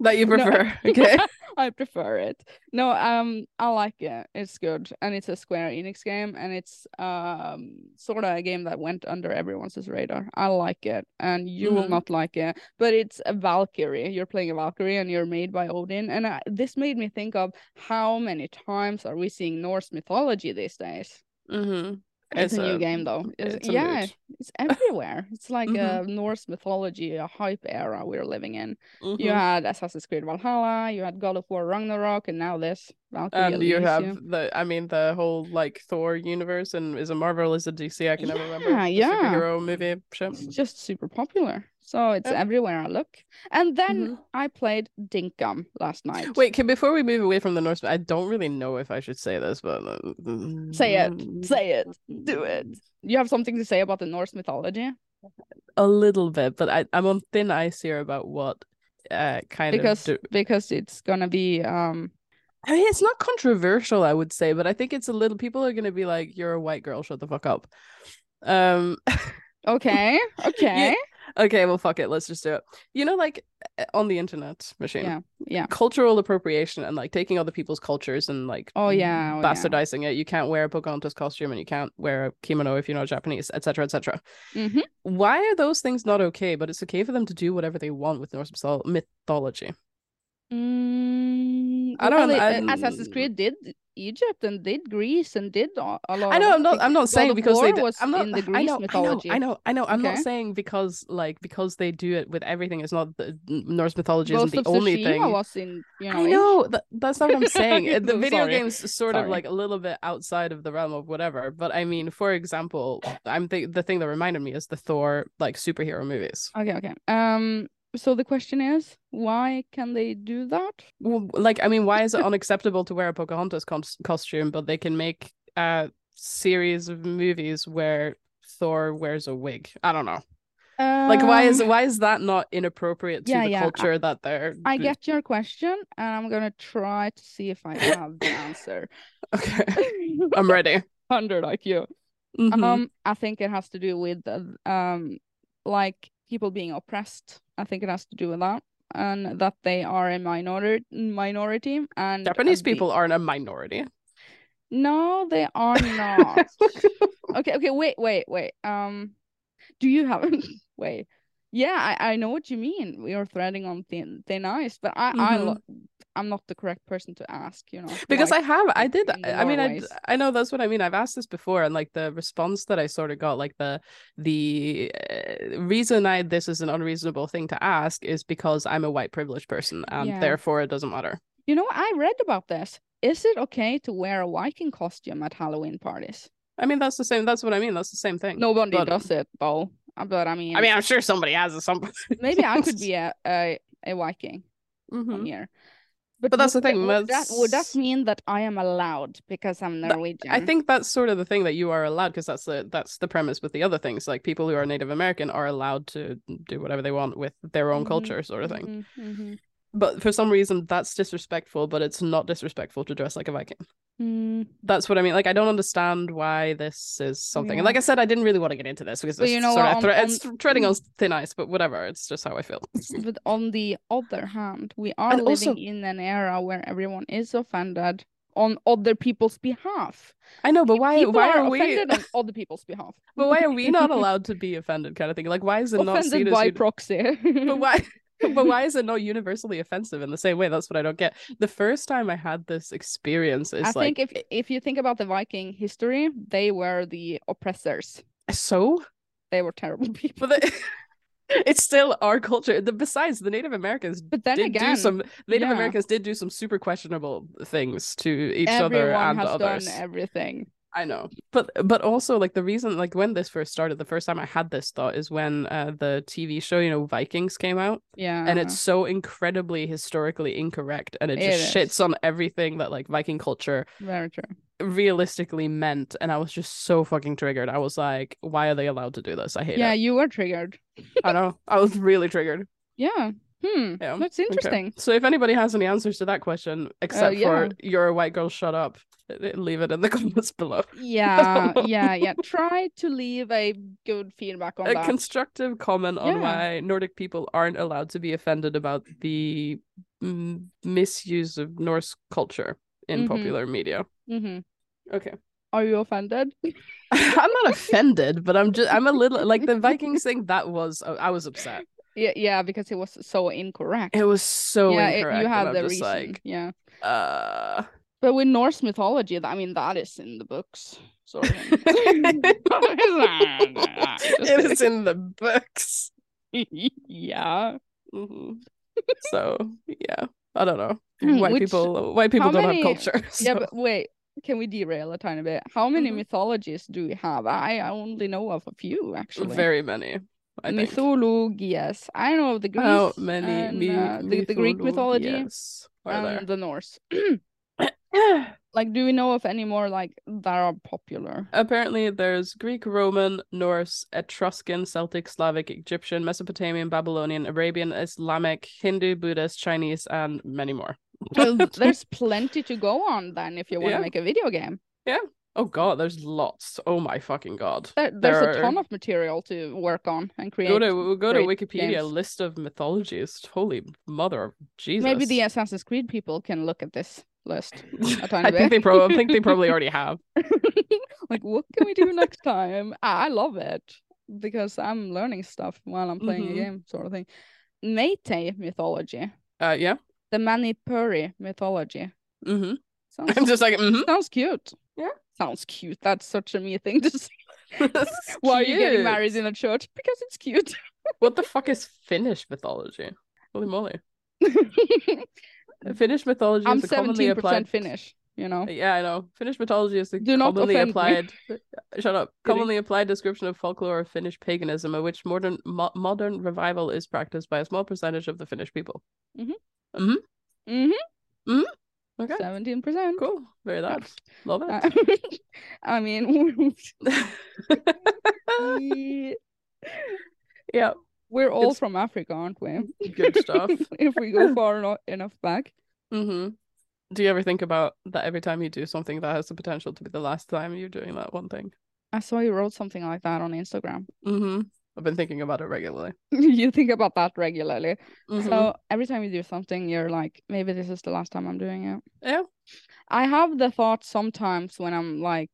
That you
No. [LAUGHS]
prefer. Okay.
I prefer it. No, um, I like it. It's good, and it's a Square Enix game, and it's um sort of a game that went under everyone's radar. I like it, and you will
Mhm.
not like it. But it's a Valkyrie. You're playing a Valkyrie, and you're made by Odin. And I, this made me think of how many times are we seeing Norse mythology these days? [LAUGHS]
mm-hmm.
It's, a Mm-hmm. new game though. It's-
it's a
yeah,
mood.
it's everywhere. It's like
Mhm.
a Norse mythology, a hype era we're living in.
Mm-hmm.
You had Assassin's Creed Valhalla, you had God of War Ragnarok, and now this Valkyrie
And you
Elysium.
have the, I mean, the whole like Thor universe and is it Marvel, is it DC? I can never remember.
Yeah,
the
yeah.
Superhero movie shit.
It's just super popular. So it's
Yeah.
everywhere I look. And then
Mhm.
I played Dinkum last night.
Wait, can, before we move away from the Norseman, I don't really know if I should say this, but uh, mm,
Say
Mm-hmm.
it. Say it. Do it. You have something to say about the Norse mythology?
A little bit, but I, I'm on thin ice here about what uh kind
Because
of do-
because it's gonna be um
I mean, it's not controversial, I would say, but I think it's a little. People are going to be like, "You're a white girl, shut the fuck up." Um. [LAUGHS]
okay, okay.
Okay. Well, fuck it. Let's just do it. You know, like uh, on the internet machine.
yeah.
Cultural appropriation and like taking other people's cultures and like
Oh, yeah, oh, yeah.
bastardizing it. You can't wear a Pocahontas costume and you can't wear a kimono if you're not Japanese, etc., etc.
hmm
Why are those things not okay? But it's okay for them to do whatever they want with Norse mytholo- mythology.
Mm,
I
well,
don't-
it-
I'm-
uh, Assassin's Creed did Egypt and did Greece and did a a lot.
I know
of
I'm not.
things.
I'm not
God
saying
of
because they.
War
do-
was
I'm not.
in the
I
Greece
know.
mythology.
I know. I know. I know. I'm
Okay.
not saying because like because they do it with everything. It's not the Norse mythology
Ghost
isn't
of
the only
Tsushima
thing.
was in you know.
I know that, that's not what I'm
[LAUGHS]
saying. Uh, the
I'm
video
sorry.
games sort
Sorry.
of like a little bit outside of the realm of whatever. But I mean, for example, I'm th- the thing that reminded me is the Thor like superhero movies.
Okay, okay. Um. So the question is, why can they do that?
Well, like I mean, why
[LAUGHS]
is it unacceptable to wear a Pocahontas cons- costume, but they can make a series of movies where Thor wears a wig? I don't know. like why is
Um,
why is that not inappropriate to
yeah,
the
yeah, I-
culture that they're
I
b-
get your question, and I'm gonna try to see if I have the answer.
[LAUGHS]
[LAUGHS]
okay i'm ready
Um, Hundred IQ.
Mhm.
Um, I think it has to do with uh, um, like people being oppressed. I think it has to do with that, and that they are a minority minority. And uh,
japanese
the-
people aren't a minority
No, they are
[LAUGHS]
not. okay, okay, wait, wait, wait. Um, do you have?
[LAUGHS]
wait, yeah, I, I know what you mean. We are threading on thin thin ice, but I I
Mhm.
lo- I'm not the correct person to ask. You know,
because
like,
i have i did
in
i mean
more
I,
ways.
I know that's what i mean i've asked this before and like the response that i sort of got like the the uh, reason i this is an unreasonable thing to ask is because i'm a white privileged person and
Yeah.
therefore it doesn't matter
you know, I read about this. Is it okay to wear a Viking costume at Halloween parties?
i mean that's the same that's what i mean that's the same thing
Nobody
But-
does it though. Uh, But I mean,
i mean i'm sure [LAUGHS] somebody has it somewhere
maybe I could be a a, a Viking
Mhm.
one year.
But that's the
would that-
thing,
Would that, would that
that's-
mean that I am allowed because I'm
That-
Norwegian?
[LAUGHS] I think that's sort of the thing that you are allowed because that's the that's the premise with the other things. Like people who are Native American are allowed to do whatever they want with their own
Mhm,
culture, sort of thing.
Mhm, mhm.
But for some reason, that's disrespectful. But it's not disrespectful to dress like a Viking.
Mm.
That's what I mean. Like I don't understand why this is something.
Yeah.
And like I said, I didn't really want to get into this because
But
it's
you know
sort
what,
of
on-
thre-
on-
it's treading on thin ice. But whatever, it's just how I feel.
But on the other hand, we are
And
living
also-
in an era where everyone is offended on other people's behalf.
I know, but why?
People
Why
are,
are we?
offended
[LAUGHS]
on other people's behalf.
But why are we
[LAUGHS]
not allowed to be offended? Kind of thing. Like why is it not seen
offended
as
by
uni-
proxy?
but
[LAUGHS]
why [LAUGHS] but why is it not universally offensive in the same way that's what i don't get the first time i had this experience
I
is like
think if if you think about the Viking history, they were the oppressors.
so
They were terrible [LAUGHS] people.
but the, [LAUGHS] it's still our culture the, besides the native americans
But then
did
again,
do some native
yeah.
americans did do some super questionable things to each other
everyone
and
has
others
done everything.
I know. But but also like the reason like when this first started, the first time I had this thought is when uh, the TV show, you know, Vikings came out
Yeah,
and it's so incredibly historically incorrect and it just
Uh-huh. It is.
shits on everything that like Viking culture
very true.
realistically meant and I was just so fucking triggered. I was like, why are they allowed to do this? I hate
Yeah,
it.
you were triggered.
I know. I was really triggered.
Yeah. Hmm.
Yeah.
That's
Um, Okay.
interesting.
So if anybody has any answers to that question,
Oh,
except
yeah.
for you're a white girl, shut up. eh, Leave it in the [LAUGHS] comments below. [LAUGHS]
Yeah, yeah, yeah. Try to leave a good feedback on
a
that.
constructive comment on
Yeah.
why Nordic people aren't allowed to be offended about the mm, misuse of Norse culture in
Mhm.
popular
[LAUGHS]
media.
hmm
Okay.
Are you offended?
I'm not offended, but I'm just I'm a little like the
[LAUGHS]
Vikings thing that was uh, I was upset.
Yeah, yeah, because it was so incorrect.
It was so
yeah, it-
incorrect.
you
and
have
I'm
the
just
reason.
like
Yeah, [LAUGHS]
uh
but with Norse mythology, th- I mean that is in the books. Sort of.
[LAUGHS]
Just [LAUGHS]
it is in the books.
kidding. [LAUGHS] yeah.
Mhm. So, yeah. I
[LAUGHS]
don't know. White
Hmm, Which-
people white people
how
don't
many-
have culture. [LAUGHS]
Yeah,
so-
but wait. Can we derail a tiny bit? How many
Mhm.
mythologies do we have? I I only know of a few actually.
Very many. I think.
mythologies. I know the Greek
How many
and,
mi-
uh, the, the Greek mythology
mythologies
and
are
the Norse. [CLEARS THROAT] [SIGHS]
there?
like, do we know of any more like that are popular?
Oh. Apparently, there's Greek, Roman, Norse, Etruscan, Celtic, Slavic, Egyptian, Mesopotamian, Babylonian, Arabian, Islamic, Hindu, Buddhist, Chinese, and many more. [LAUGHS]
Well, th- there's plenty to go on then if you want to
Yeah.
make a video game.
oh god, there's lots. Oh my fucking god.
There, there's
There
a ton
are-
of material to work on and create.
Go to go to
great
Wikipedia.
games.
List of mythologies. Holy mother of Jesus.
Maybe the Assassin's Creed people can look at this list. [LAUGHS] a tiny
I think
bit.
they
[LAUGHS]
probably think they probably already have.
like, what can we
[LAUGHS]
do next time? I I love it because I'm learning stuff while I'm playing
Mhm.
a game, sort of thing. Meitei mythology.
Uh, yeah.
the Manipuri mythology.
Mm-hmm.
[LAUGHS] Sounds,
I'm just
[LAUGHS]
like, mm-hmm.
sounds cute.
Yeah.
Sounds cute. That's such a me thing to [LAUGHS] say. Why are you getting married in a church? Because it's
[LAUGHS]
cute.
What the fuck is Finnish mythology? Holy moly. Finnish mythology
I'm
is the commonly
17%
applied.
Finnish, you know?
Yeah, I know. Finnish mythology is the
Do not
commonly
offend me.
applied. [LAUGHS] Shut up.
Kidding.
Commonly applied description of folklore of Finnish paganism, of which modern mo- modern revival is practiced by a small percentage of the Finnish people.
Mhm.
Mhm.
hmm
Okay.
17%.
Cool. Very
Yeah.
nice. Love it.
Uh, [LAUGHS] I mean, we-
[LAUGHS] yeah.
we're all
It's-
from Africa, aren't we?
Good stuff.
[LAUGHS] if we
[LAUGHS]
go far eno- enough back.
hmm Do you ever think about that every time you do something that has the potential to be the last time you're doing that one thing?
I saw you wrote something like that on Instagram. [LAUGHS]
hmm I've been thinking about it regularly.
you think about that regularly.
Mhm.
So every time you do something, you're like, maybe this is the last time I'm doing it.
Yeah.
I have the thought sometimes when I'm like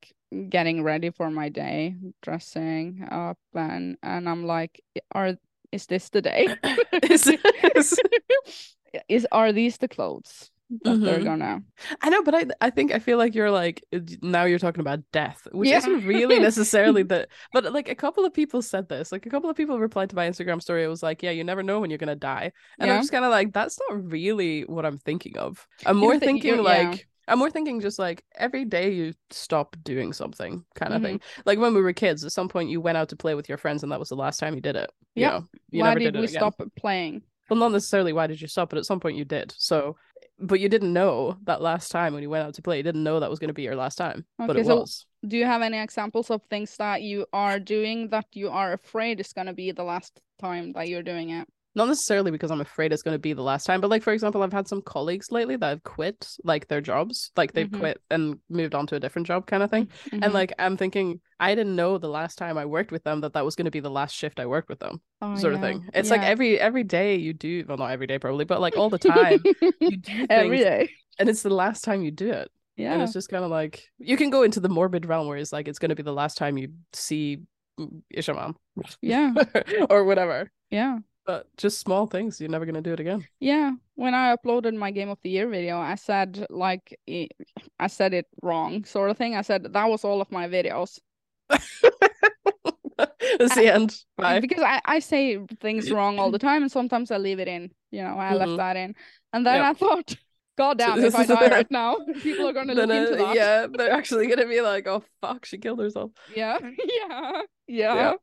getting ready for my day, dressing up, and and I'm like, "I- are is this the day?
[LAUGHS] Is this-
[LAUGHS] is are these the clothes that they're
Mhm.
gonna?
I know, but I I think I feel like you're like it- now you're talking about death, which
Yeah.
isn't really
[LAUGHS]
necessarily the but like a couple of people said this. Like a couple of people replied to my Instagram story. It was like, yeah, you never know when you're gonna die. And
Yeah.
I'm just kinda like, that's not really what I'm thinking of. I'm more
thi-
thinking
you're- yeah.
like I'm more thinking just like every day you stop doing something kind of
Mhm.
thing. Like when we were kids, at some point you went out to play with your friends and that was the last time you did it. You
Yeah.
know, you
Why
never
did
it
we
again.
stop playing?
Well, not necessarily why did you stop, but at some point you did. So but you didn't know that last time when you went out to play. You didn't know that was going to be your last time, but
Okay,
it
so-
was.
Do you have any examples of things that you are doing that you are afraid is gonna be the last time that you're doing it?
Not necessarily because I'm afraid it's going to be the last time, but like for example, I've had some colleagues lately that have quit like their jobs, like they've
Mhm.
quit and moved on to a different job kind of thing.
Mhm.
And like I'm thinking, I didn't know the last time I worked with them that that was going to be the last shift I worked with them,
Oh,
sort of
yeah.
thing. It's like
Yeah.
every every day you do, well, not every day probably, but like
[LAUGHS]
all the time you do
every day.
things,
[LAUGHS]
and it's the last time you do it. And
Yeah.
it's just kind of like you can go into the morbid realm where it's like it's going to be the last time you see mm, Ishaman
Yeah.
[LAUGHS] or whatever.
Yeah.
But just small things, you're never going to do it again. [LAUGHS]
Yeah, when I uploaded my game of the year video, I said like i- I said it wrong, sort of thing. I said that was all of my videos
That's the end. Bye.
because I I say things wrong
[CLEARS THROAT]
all the time, and sometimes I leave it in. You know, I left
Mhm.
that in, and then
Yeah.
I thought, [LAUGHS] God damn,
[LAUGHS]
if I die right now, [LAUGHS] people are gonna
Then,
look into
uh,
that.
Yeah, they're actually going to be like, oh, fuck, she killed herself.
[LAUGHS] Yeah, [LAUGHS] yeah, yeah.
Right.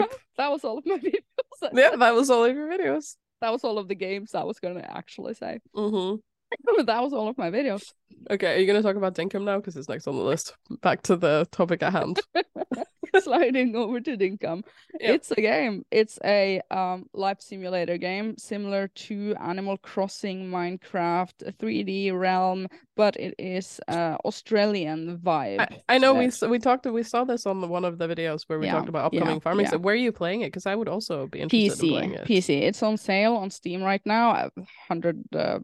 Well, [LAUGHS] that was all of my videos.
Yeah, that was all of your videos.
That was all of the games I was gonna actually say. [LAUGHS]
hmm
that was all of my videos.
Okay, are you going to talk about Dinkum now? Because it's next on the list. Back to the topic
[LAUGHS]
at hand.
sliding over to Dinkum.
Yep.
It's a game. It's a um, life simulator game similar to Animal Crossing, Minecraft, 3D Realm, but it is uh, Australian vibe.
I, I know
uh,
we s- we talked we saw this on the, one of the videos where we
Yeah,
talked about
yeah,
upcoming farming.
yeah.
So where are you playing it? Because I would also be interested in playing
PC,
it.
PC. It's on sale on Steam right now. at 100 uh,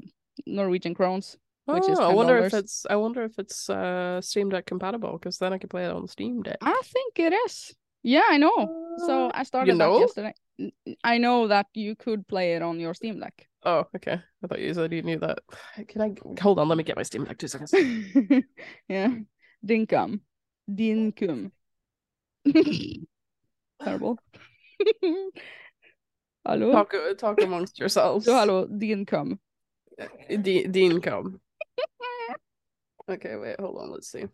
Norwegian krones.
Oh,
which is
I wonder if
$10.
it's I wonder if it's uh, Steam Deck compatible because then I can play it on Steam Deck.
I think it is. Yeah, I know. So I started
Uh, know?
that yesterday. N- n- I know that you could play it on your Steam Deck.
Oh, okay. I thought you said you knew that. [SIGHS] Can I hold on? Let me get my Steam Deck. Two
[LAUGHS]
seconds.
yeah. Dinkum. Dinkum. [LAUGHS] Terrible. Hallo?
talk uh, talk amongst yourselves. Uh,
Så hallo, dinkum.
D- Dean, come. Okay, wait. Hold on. Let's see.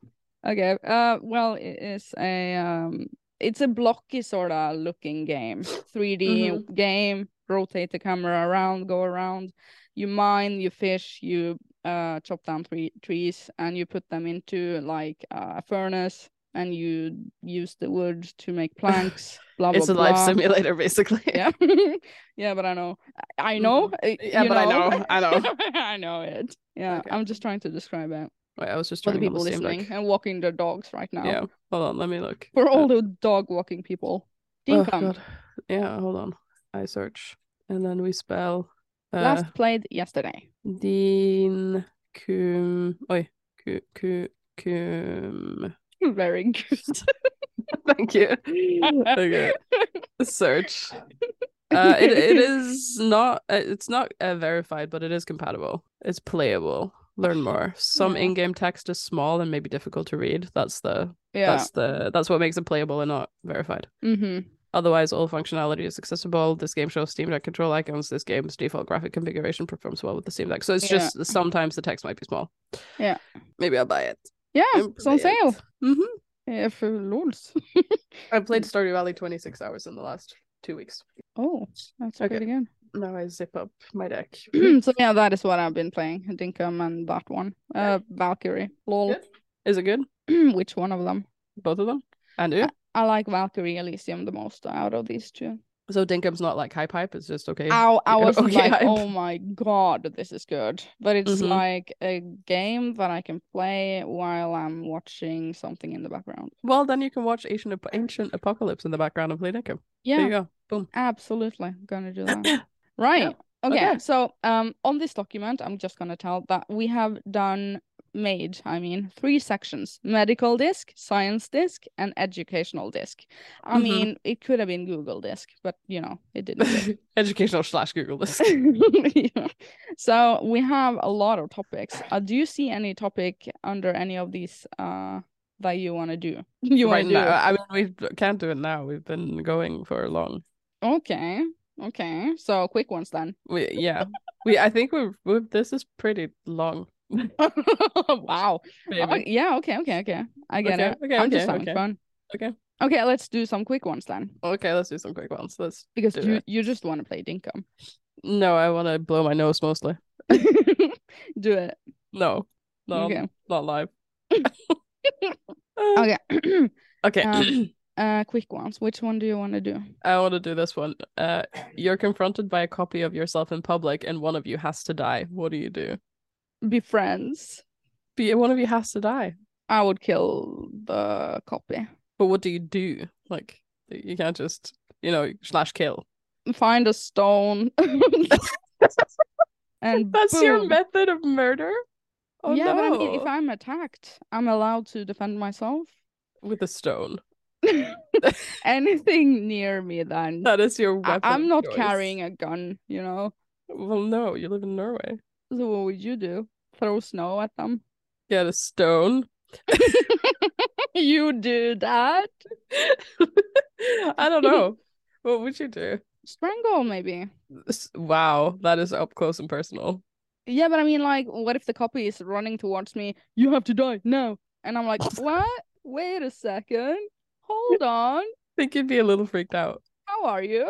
Okay. Uh, well, it is a um, it's a blocky sort of looking game, 3D
Mm-hmm.
game. Rotate the camera around, go around. You mine, you fish, you uh chop down three trees, and you put them into like a furnace, and you use the wood to make
[LAUGHS]
planks. Blah blah
it's a
blah.
life simulator, [LAUGHS] basically.
Yeah, [LAUGHS] yeah, but I know, I I know. uh,
Mm-hmm. Yeah,
you
but I know. I know.
[LAUGHS] I know it. Yeah,
Okay.
I'm just trying to describe it
[LAUGHS] Wait, I was just
for the
trying on
people
the Steam
listening
Deck.
and walking their dogs right now.
Yeah. Hold on. Let me look.
For
Uh,
all the dog walking people.
Oh,
Dinkum.
God. Yeah, hold on. I search. And then we spell uh,
Last played yesterday. [LAUGHS]
Dean Cum. Oi, cu, cu, Cum.
Very good.
[LAUGHS] Thank you. okay. Search. Uh, it, it is not uh, it's not uh, verified, but it is compatible. It's playable. Learn more. Some
Yeah.
in-game text is small and maybe difficult to read. That's the
Yeah.
that's the that's what makes it playable and not verified.
Mm-hmm.
Otherwise, all functionality is accessible. This game shows Steam Deck control icons. This game's default graphic configuration performs well with the Steam Deck. So it's
Yeah.
just sometimes the text might be small.
Yeah.
Maybe I'll buy it.
Yeah,
and
it's on
play
sale.
Mm-hmm.
Yeah, for lols.
I played Stardew Valley 26 hours in the last two weeks.
[LAUGHS] oh, that's
Okay.
pretty
[CLEARS THROAT]
good. [CLEARS THROAT]
Now I zip up my deck.
so yeah, that is what I've been playing. Dinkum and that one.
Yeah.
Uh Valkyrie. Lol.
is it good?
[CLEARS THROAT] Which one of them?
Both of them? And you?
I like Valkyrie Elysium the most out of these two.
So Dinkum's not like high pipe. It's just okay.
Ow, I
Yeah,
was
[LAUGHS] okay,
like,
I-
oh my god, this is good. But it's
Mhm.
like a game that I can play while I'm watching something in the background.
well, then you can watch Ancient, Ap- Ancient Apocalypse in the background and play Dinkum. There
Yeah,
you go. Boom.
absolutely. Gonna do
[CLEARS THROAT]
that. right. Okay.
okay.
So um on this document, I'm just gonna tell that we have done made, I mean, three sections. Medical disc, science disc, and educational disc. I
Mhm.
mean, it could have been Google disc, but you know, it didn't. do it.
[LAUGHS]
[LAUGHS]
Educational slash Google this.
Yeah. So we have a lot of topics. Uh, do you see any topic under any of these uh that you want to do? [LAUGHS] You
right
want to
now.
do?
I mean, we can't do it now. We've been going for long.
Okay, okay. So quick ones then. [LAUGHS]
We yeah. we I think we're, we're this is pretty long.
wow.
Maybe.
Oh, yeah. Okay. Okay. Okay. I get
Okay,
it.
okay,
I'm just
okay,
having
okay.
fun.
Okay.
Okay. Let's do some quick ones then,
Okay, let's do some quick ones. Let's
because
Do
you
it. [LAUGHS]
you just want to play Dinkum.
no, I want to blow my nose mostly.
[LAUGHS] Do it.
No, no,
Okay.
not live.
[LAUGHS]
Uh,
Okay. [CLEARS THROAT]
okay.
Um, uh, quick ones. Which one do you want to do?
[CLEARS THROAT] I want to do this one. Uh, you're confronted by a copy of yourself in public, and one of you has to die. What do you do?
Be friends.
Be one of you has to die.
I would kill the copy.
But what do you do? Like you can't just you know slash kill.
Find a stone. [LAUGHS] and
[LAUGHS] That's your
boom.
method of murder. Oh
yeah,
no!
but I mean, if I'm attacked, I'm allowed to defend
[LAUGHS]
myself. [LAUGHS]
With a stone.
Anything near me,
[LAUGHS]
then.
That is your weapon.
I- I'm
of
not
choice.
carrying a gun, you know.
Well, no, you live in Norway.
So what would you do? Throw snow at them? [LAUGHS]
Get a stone. [LAUGHS]
you do that?
I
[LAUGHS]
don't know. what would you do?
Strangle, maybe.
S- Wow, that is up close and personal.
Yeah, but I mean, like, what if the copy is running towards me? You have to die now. And I'm
[LAUGHS]
like, what? Wait a second. Hold on.
I think you'd be a little
[LAUGHS]
freaked out.
How are
[LAUGHS]
you?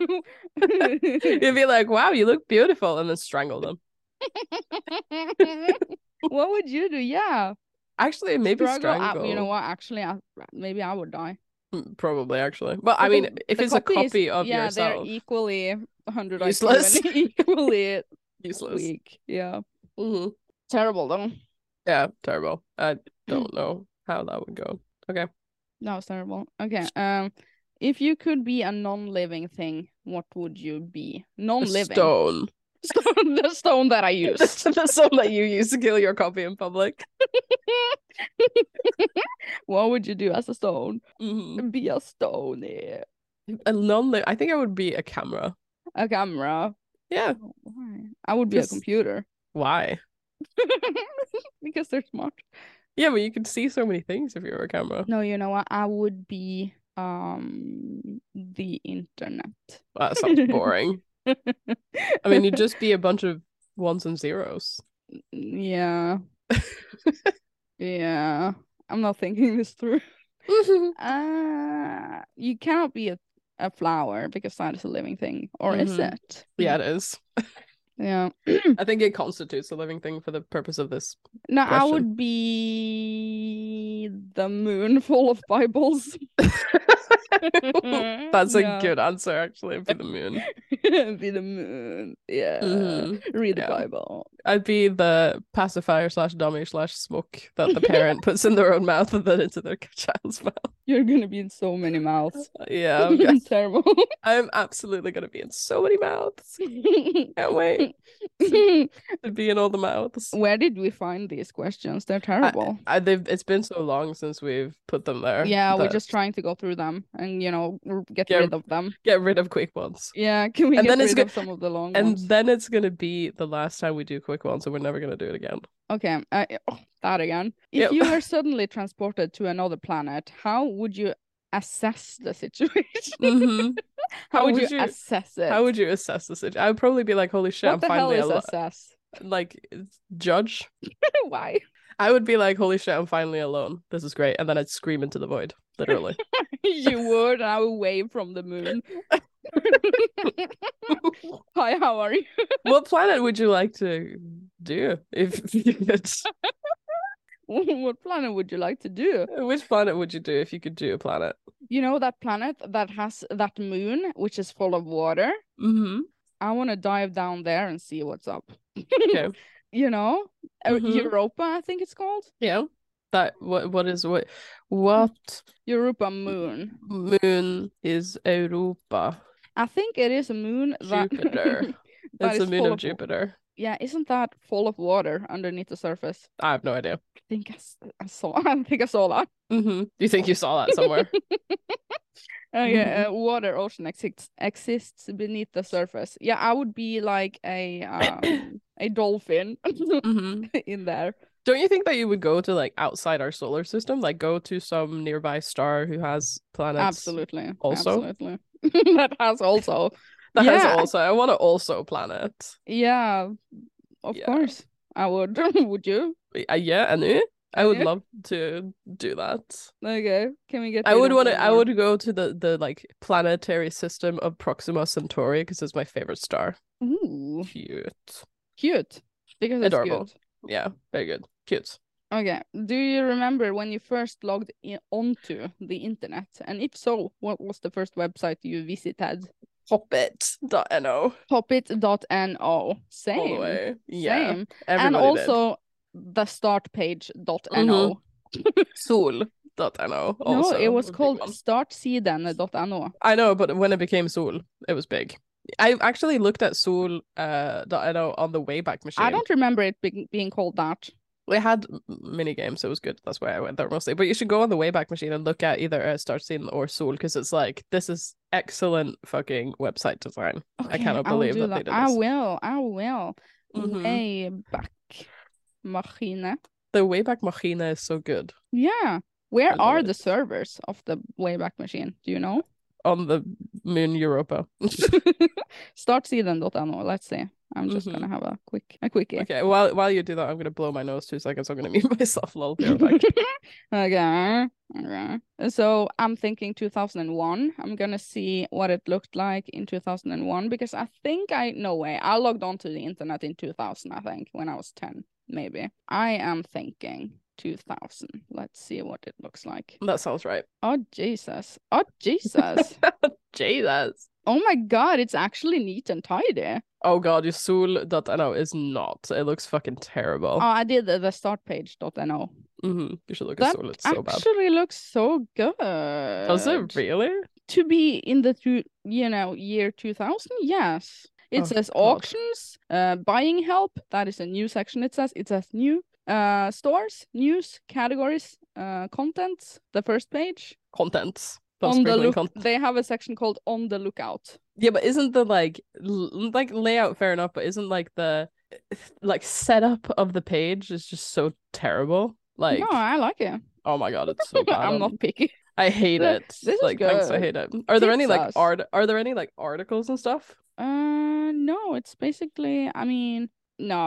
You'd be like, "Wow, you look beautiful," and then strangle them.
what would you do? Yeah.
Actually, maybe
Struggle. I-
strangle.
you know what? Actually, I, maybe I would die.
Mm, Probably, actually. Well, I
But the-
mean, if
the
it's a
copy is-
copy of
yeah,
yourself,
they're equally 100 IQ
Useless.
and [LAUGHS] equally
useless.
weak. Yeah.
Mhm.
Terrible, though.
Yeah, terrible.
[LAUGHS]
I don't know how that would go.
That was terrible. Okay. Um, if you could be a non-living thing, what would you be?
A
Non-living.
stone.
[LAUGHS] Stone- the stone that I
[LAUGHS] the
[LAUGHS] used.
stone that you use to kill your copy in public.
[LAUGHS] what would you do as a stone?
Mhm.
Be a stone. Yeah.
A non. I think I would be a camera.
A camera.
Yeah.
Oh, why? I would be a
Just-
computer [LAUGHS]
Why?
because they're smart.
Yeah, but you could see so many things if you were a camera.
No, you know what? I would be um the internet.
That sounds boring.
[LAUGHS]
I mean, you'd just be a bunch of ones and zeros. [LAUGHS]
yeah, yeah. I'm not thinking this through. Uh, you cannot be a, a flower because that is a living thing, or is
Mhm.
it?
yeah, it is.
Yeah.
I think it constitutes a living thing for the purpose of this.
No, I
Question.
would be the moon [LAUGHS] full of Bibles.
[LAUGHS] That's a
Yeah.
good answer, actually, for the moon.
[LAUGHS] be the moon. Yeah.
Mhm.
Read the
yeah.
Bible.
I'd be the pacifier slash dummy slash smoke that the parent puts in their own mouth and then into their child's mouth.
[LAUGHS] You're gonna be in so many mouths. [LAUGHS]
Yeah, I'm, g-
Terrible.
[LAUGHS] I'm absolutely gonna be in so many mouths. Can't wait
[LAUGHS]
to be in all the mouths.
Where did we find these questions?
Uh,
They're terrible.
I, they've, it's been so long since we've put them there.
yeah, we're
that-
just trying to go through them and you know r- get
Yeah.
rid of them.
get rid of quick ones.
Yeah, [LAUGHS] can we
And
get
then it's
rid
go-
of some of the long
And
ones?
then it's gonna be the last time we do quick ones, and we're never gonna do it again.
Okay, uh, yeah, oh, that again.
Yep.
If you
[LAUGHS]
were suddenly transported to another planet, how would you assess the situation? [LAUGHS] How, would, you, assess it?
[LAUGHS] How would you assess the situation? I would probably be like, "Holy shit,
what
I'm
the hell
finally
is
alive!"
assess?
Like, it's- judge.
[LAUGHS] Why? [LAUGHS]
I would be like, "Holy shit, I'm finally alone. This is great," and then I'd scream into the void,
[LAUGHS]
literally.
you would, and I would wave from the
[LAUGHS]
moon. Hi, how are you? [LAUGHS]
what planet would you like to do if [LAUGHS] you could?
what planet would you like to do?
Which planet would you do if you could do a planet?
You know that planet that has that moon, which is full of water?
Mm-hmm.
I want to dive down there and see what's up.
Okay.
[LAUGHS] you know, uh,
Mhm.
Europa, I think it's called.
Yeah. That what what is what what
Europa moon.
moon is Europa?
I think it is a moon that [LAUGHS]
Jupiter.
that
it's the
is
moon
full
of
of wa-
Jupiter.
Yeah, isn't that full of water underneath the surface?
I have no idea.
I think I, s- I saw. [LAUGHS] I think I saw that.
Mm-hmm. You think you saw
[LAUGHS]
that somewhere?
Uh,
Mm-hmm.
yeah, uh, water ocean exists exists beneath the surface. Yeah, I would be like a um, a dolphin [LAUGHS]
mm-hmm.
in there.
Don't you think that you would go to like outside our solar system, like go to some nearby star who has planets?
Absolutely.
also-
Absolutely. [LAUGHS] that has also.
That
Yeah.
has also. I want to also planet.
Yeah, of
Yeah.
course. I would. [LAUGHS] would you?
Uh, yeah, and eh? I would
Yeah.
love to do that.
Okay. Can we get
I
rid
would
of
want
the
to. I
word?
would go to the the like planetary system of Proxima Centauri because it's my favorite star.
Ooh,
Cute.
cute. because it's
Adorable.
cute.
Yeah, very good. Cute.
Okay. Do you remember when you first logged in onto the internet? And if so, what was the first website you visited?
Hoppit.no.
Hoppit.no. Same.
All the way. Oh, Yeah.
Same. and
Everybody did.
also the start page.no.
Mhm. Sol.no. Also
no, it was
a big
called
one.
startsiden.no.
I know, but when it became Sol, it was big. I actually looked at Sol uh, .no on the Wayback Machine.
I don't remember it being being called that.
It had m- mini games, so it was good. That's why I went there mostly. But you should go on the Wayback Machine and look at either uh, Star Scene or Soul because it's like this is excellent fucking website design.
Okay,
cannot
will
believe
do
that they did
I
this.
will. I will.
Mhm.
Way back. Machine.
The Wayback Machine is so good
Yeah.
I
Where
love
are
it.
the servers of the Wayback Machine? Do you know? [LAUGHS]
on the Moon Europa.
Startsiden.no. Let's see. I'm just gonna have a quick a quickie.
okay, while while you do that, I'm gonna blow my nose two seconds. I'm gonna mute [LAUGHS] myself. Lol. Be right
[LAUGHS]
back.
okay. Okay. So I'm thinking 2001. I'm gonna see what it looked like in 2001 because I think I no way I logged onto the internet in 2000. I think when I was 10, maybe. I am thinking 2000. Let's see what it looks like.
that sounds right.
Oh Jesus. Oh Jesus.
Jesus.
oh my God. It's actually neat and tidy.
Oh god, your Soul.no is not. It looks fucking terrible.
Oh, I did the, the start page.no.
hmm You should look
That
at Soul. It's so bad.
actually looks so good.
Does it really?
to be in the two, you know year 2000 yes it
Oh,
says
God.
auctions uh, buying help that is a new section it says it says new uh stores news categories uh contents the first page
Contents. Plus
on the
sprinkling
look
con-
they have a section called on the lookout
Yeah, but isn't the like l- like layout fair enough, but isn't like the like setup of the page is just so terrible. Like,
no i like it [LAUGHS]
oh my god, it's so bad.
i'm
on-
not picky
I hate
Th-
it.
this is
like, thanks, I
good.
hate it. Are there any like
Jesus.
art? Are there any like articles and
[LAUGHS]
stuff? [LAUGHS]
uh no it's basically i mean no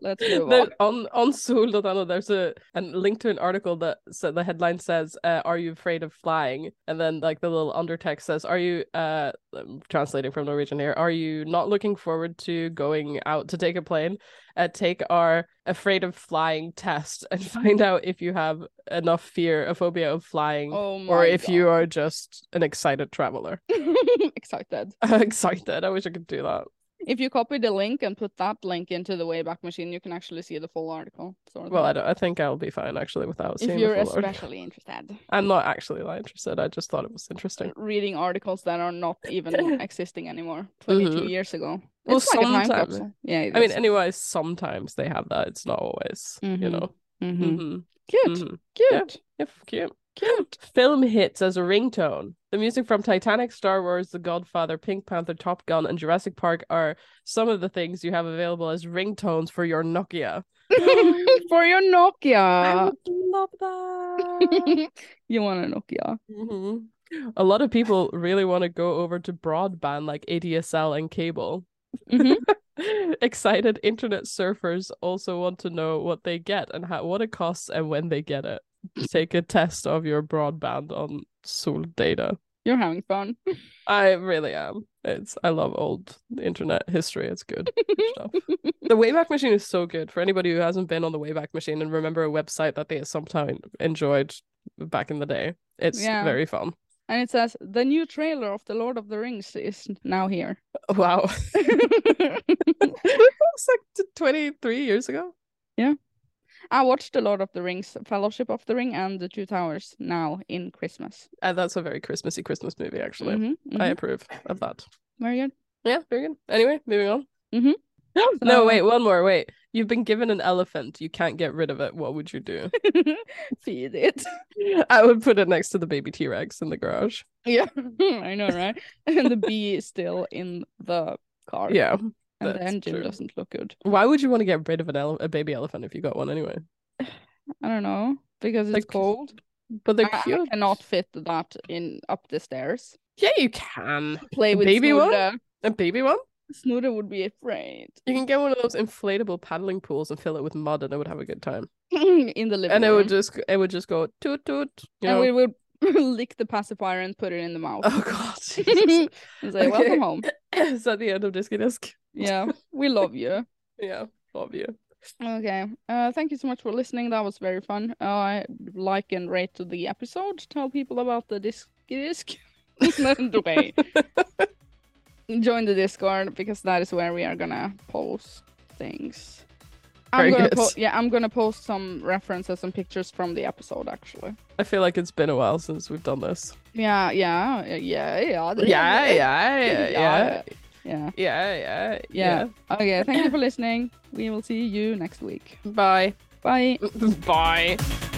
let's move
There-
on
on on Soul.no, there's a and link to an article that so the headline says, uh, "Are you afraid of flying?" And then like the little undertext says, "Are you?" Uh, I'm translating from Norwegian here. Are you not looking forward to going out to take a plane? Uh, take our afraid of flying test and [LAUGHS] find out if you have enough fear, a phobia of flying,
oh my
or if you are just an excited traveler. [LAUGHS]
are excited
excited. I wish I could do that.
If you copy the link and put that link into the Wayback Machine, you can actually see the full article. Sort of
Well, I
thing.
don't. I think I'll be fine actually without seeing
If
the
you're
full article.
especially
[LAUGHS]
interested, uh,
I'm not actually that interested. I just thought it was interesting.
reading articles that are not
[LAUGHS]
even existing anymore 22
Mhm.
years ago.
Well,
it's like a time
sometime-
capsule. Yeah, it
I mean,
is.
anyway, sometimes they have that. It's not always, you
Mhm.
know.
Mhm.
Mm-hmm.
cute,
Mm-hmm. yeah.
cute.
Yep, cute. Cute. [GASPS] Film hits as a ringtone. The music from Titanic, Star Wars, The Godfather, Pink Panther, Top Gun, and Jurassic Park are some of the things you have available as ringtones for your Nokia. [LAUGHS]
[LAUGHS] For your
I
Nokia,
would love
[LAUGHS]
that.
you want a Nokia?
hmm A lot of people really want to go over to broadband like ADSL and cable.
Mhm.
[LAUGHS] Excited internet surfers also want to know what they get and how, what it costs and when they get it. Take a test of your broadband on Soul Data.
You're having fun.
I really am. It's I love old internet history. It's good stuff. The Wayback Machine is so good for anybody who hasn't been on the Wayback Machine and remember a website that they sometime enjoyed back in the day. It's
Yeah.
very fun.
And it says the new trailer of the Lord of the Rings is now
[LAUGHS]
here. [LAUGHS]
Wow. it was like t- 23 years ago.
I watched The Lord of the Rings, Fellowship of the Ring, and The Two Towers now in Christmas.
And Uh, that's a very Christmassy Christmas movie, actually.
Mhm,
I
mhm.
approve of that.
mm-hmm. Very good.
Yeah, very good. Anyway, moving on.
Mhm.
[GASPS] no,
So-
wait, one more. Wait. You've been given an elephant. You can't get rid of it. What would
[LAUGHS]
you do?
Feed it.
I would put it next to the baby T Rex in the garage.
Yeah, [LAUGHS] I know, right? And the bee is still in the car.
Yeah.
and the
that's
engine
true.
doesn't look good.
Why would you want to get rid of an ele- a baby elephant if you got one anyway?
I don't know because it's
Like,
cold.
But they're
I, I
cute.
cannot fit that in up the stairs.
Yeah, you can.
Play
A
with
baby one?
Snoode.
A baby one?
Snoode would be afraid [LAUGHS]
You can get one of those inflatable paddling pools and fill it with mud, and it would have a good time.
in the living
and it
room.
would just it would just go toot toot.
Mm-hmm.
You
and
know?
we would [LAUGHS] lick the pacifier and put it in the mouth
[LAUGHS] Oh god, Jesus.
[LAUGHS] and say,
[LAUGHS] Okay. [LAUGHS]
"Welcome home."
is that the end of Disky Disk?
Yeah, we love you.
Yeah, love you.
Okay. Uh, thank you so much for listening. That was very fun. Uh, I like and rate the episode. Tell people about the disc disc. [LAUGHS] No,
[LAUGHS]
wait. Join the Discord because that is where we are gonna post things. I'm
Very
gonna
good.
po- yeah, I'm gonna post some references and pictures from the episode actually.
I feel like it's been a while since we've done this.
Yeah, yeah, yeah, yeah,
Yeah, yeah, yeah, yeah,
yeah, yeah.
yeah, yeah.
Yeah. Okay, thank you for listening. We will see you next week.
yeah. [LAUGHS] Bye.
Bye.
Bye.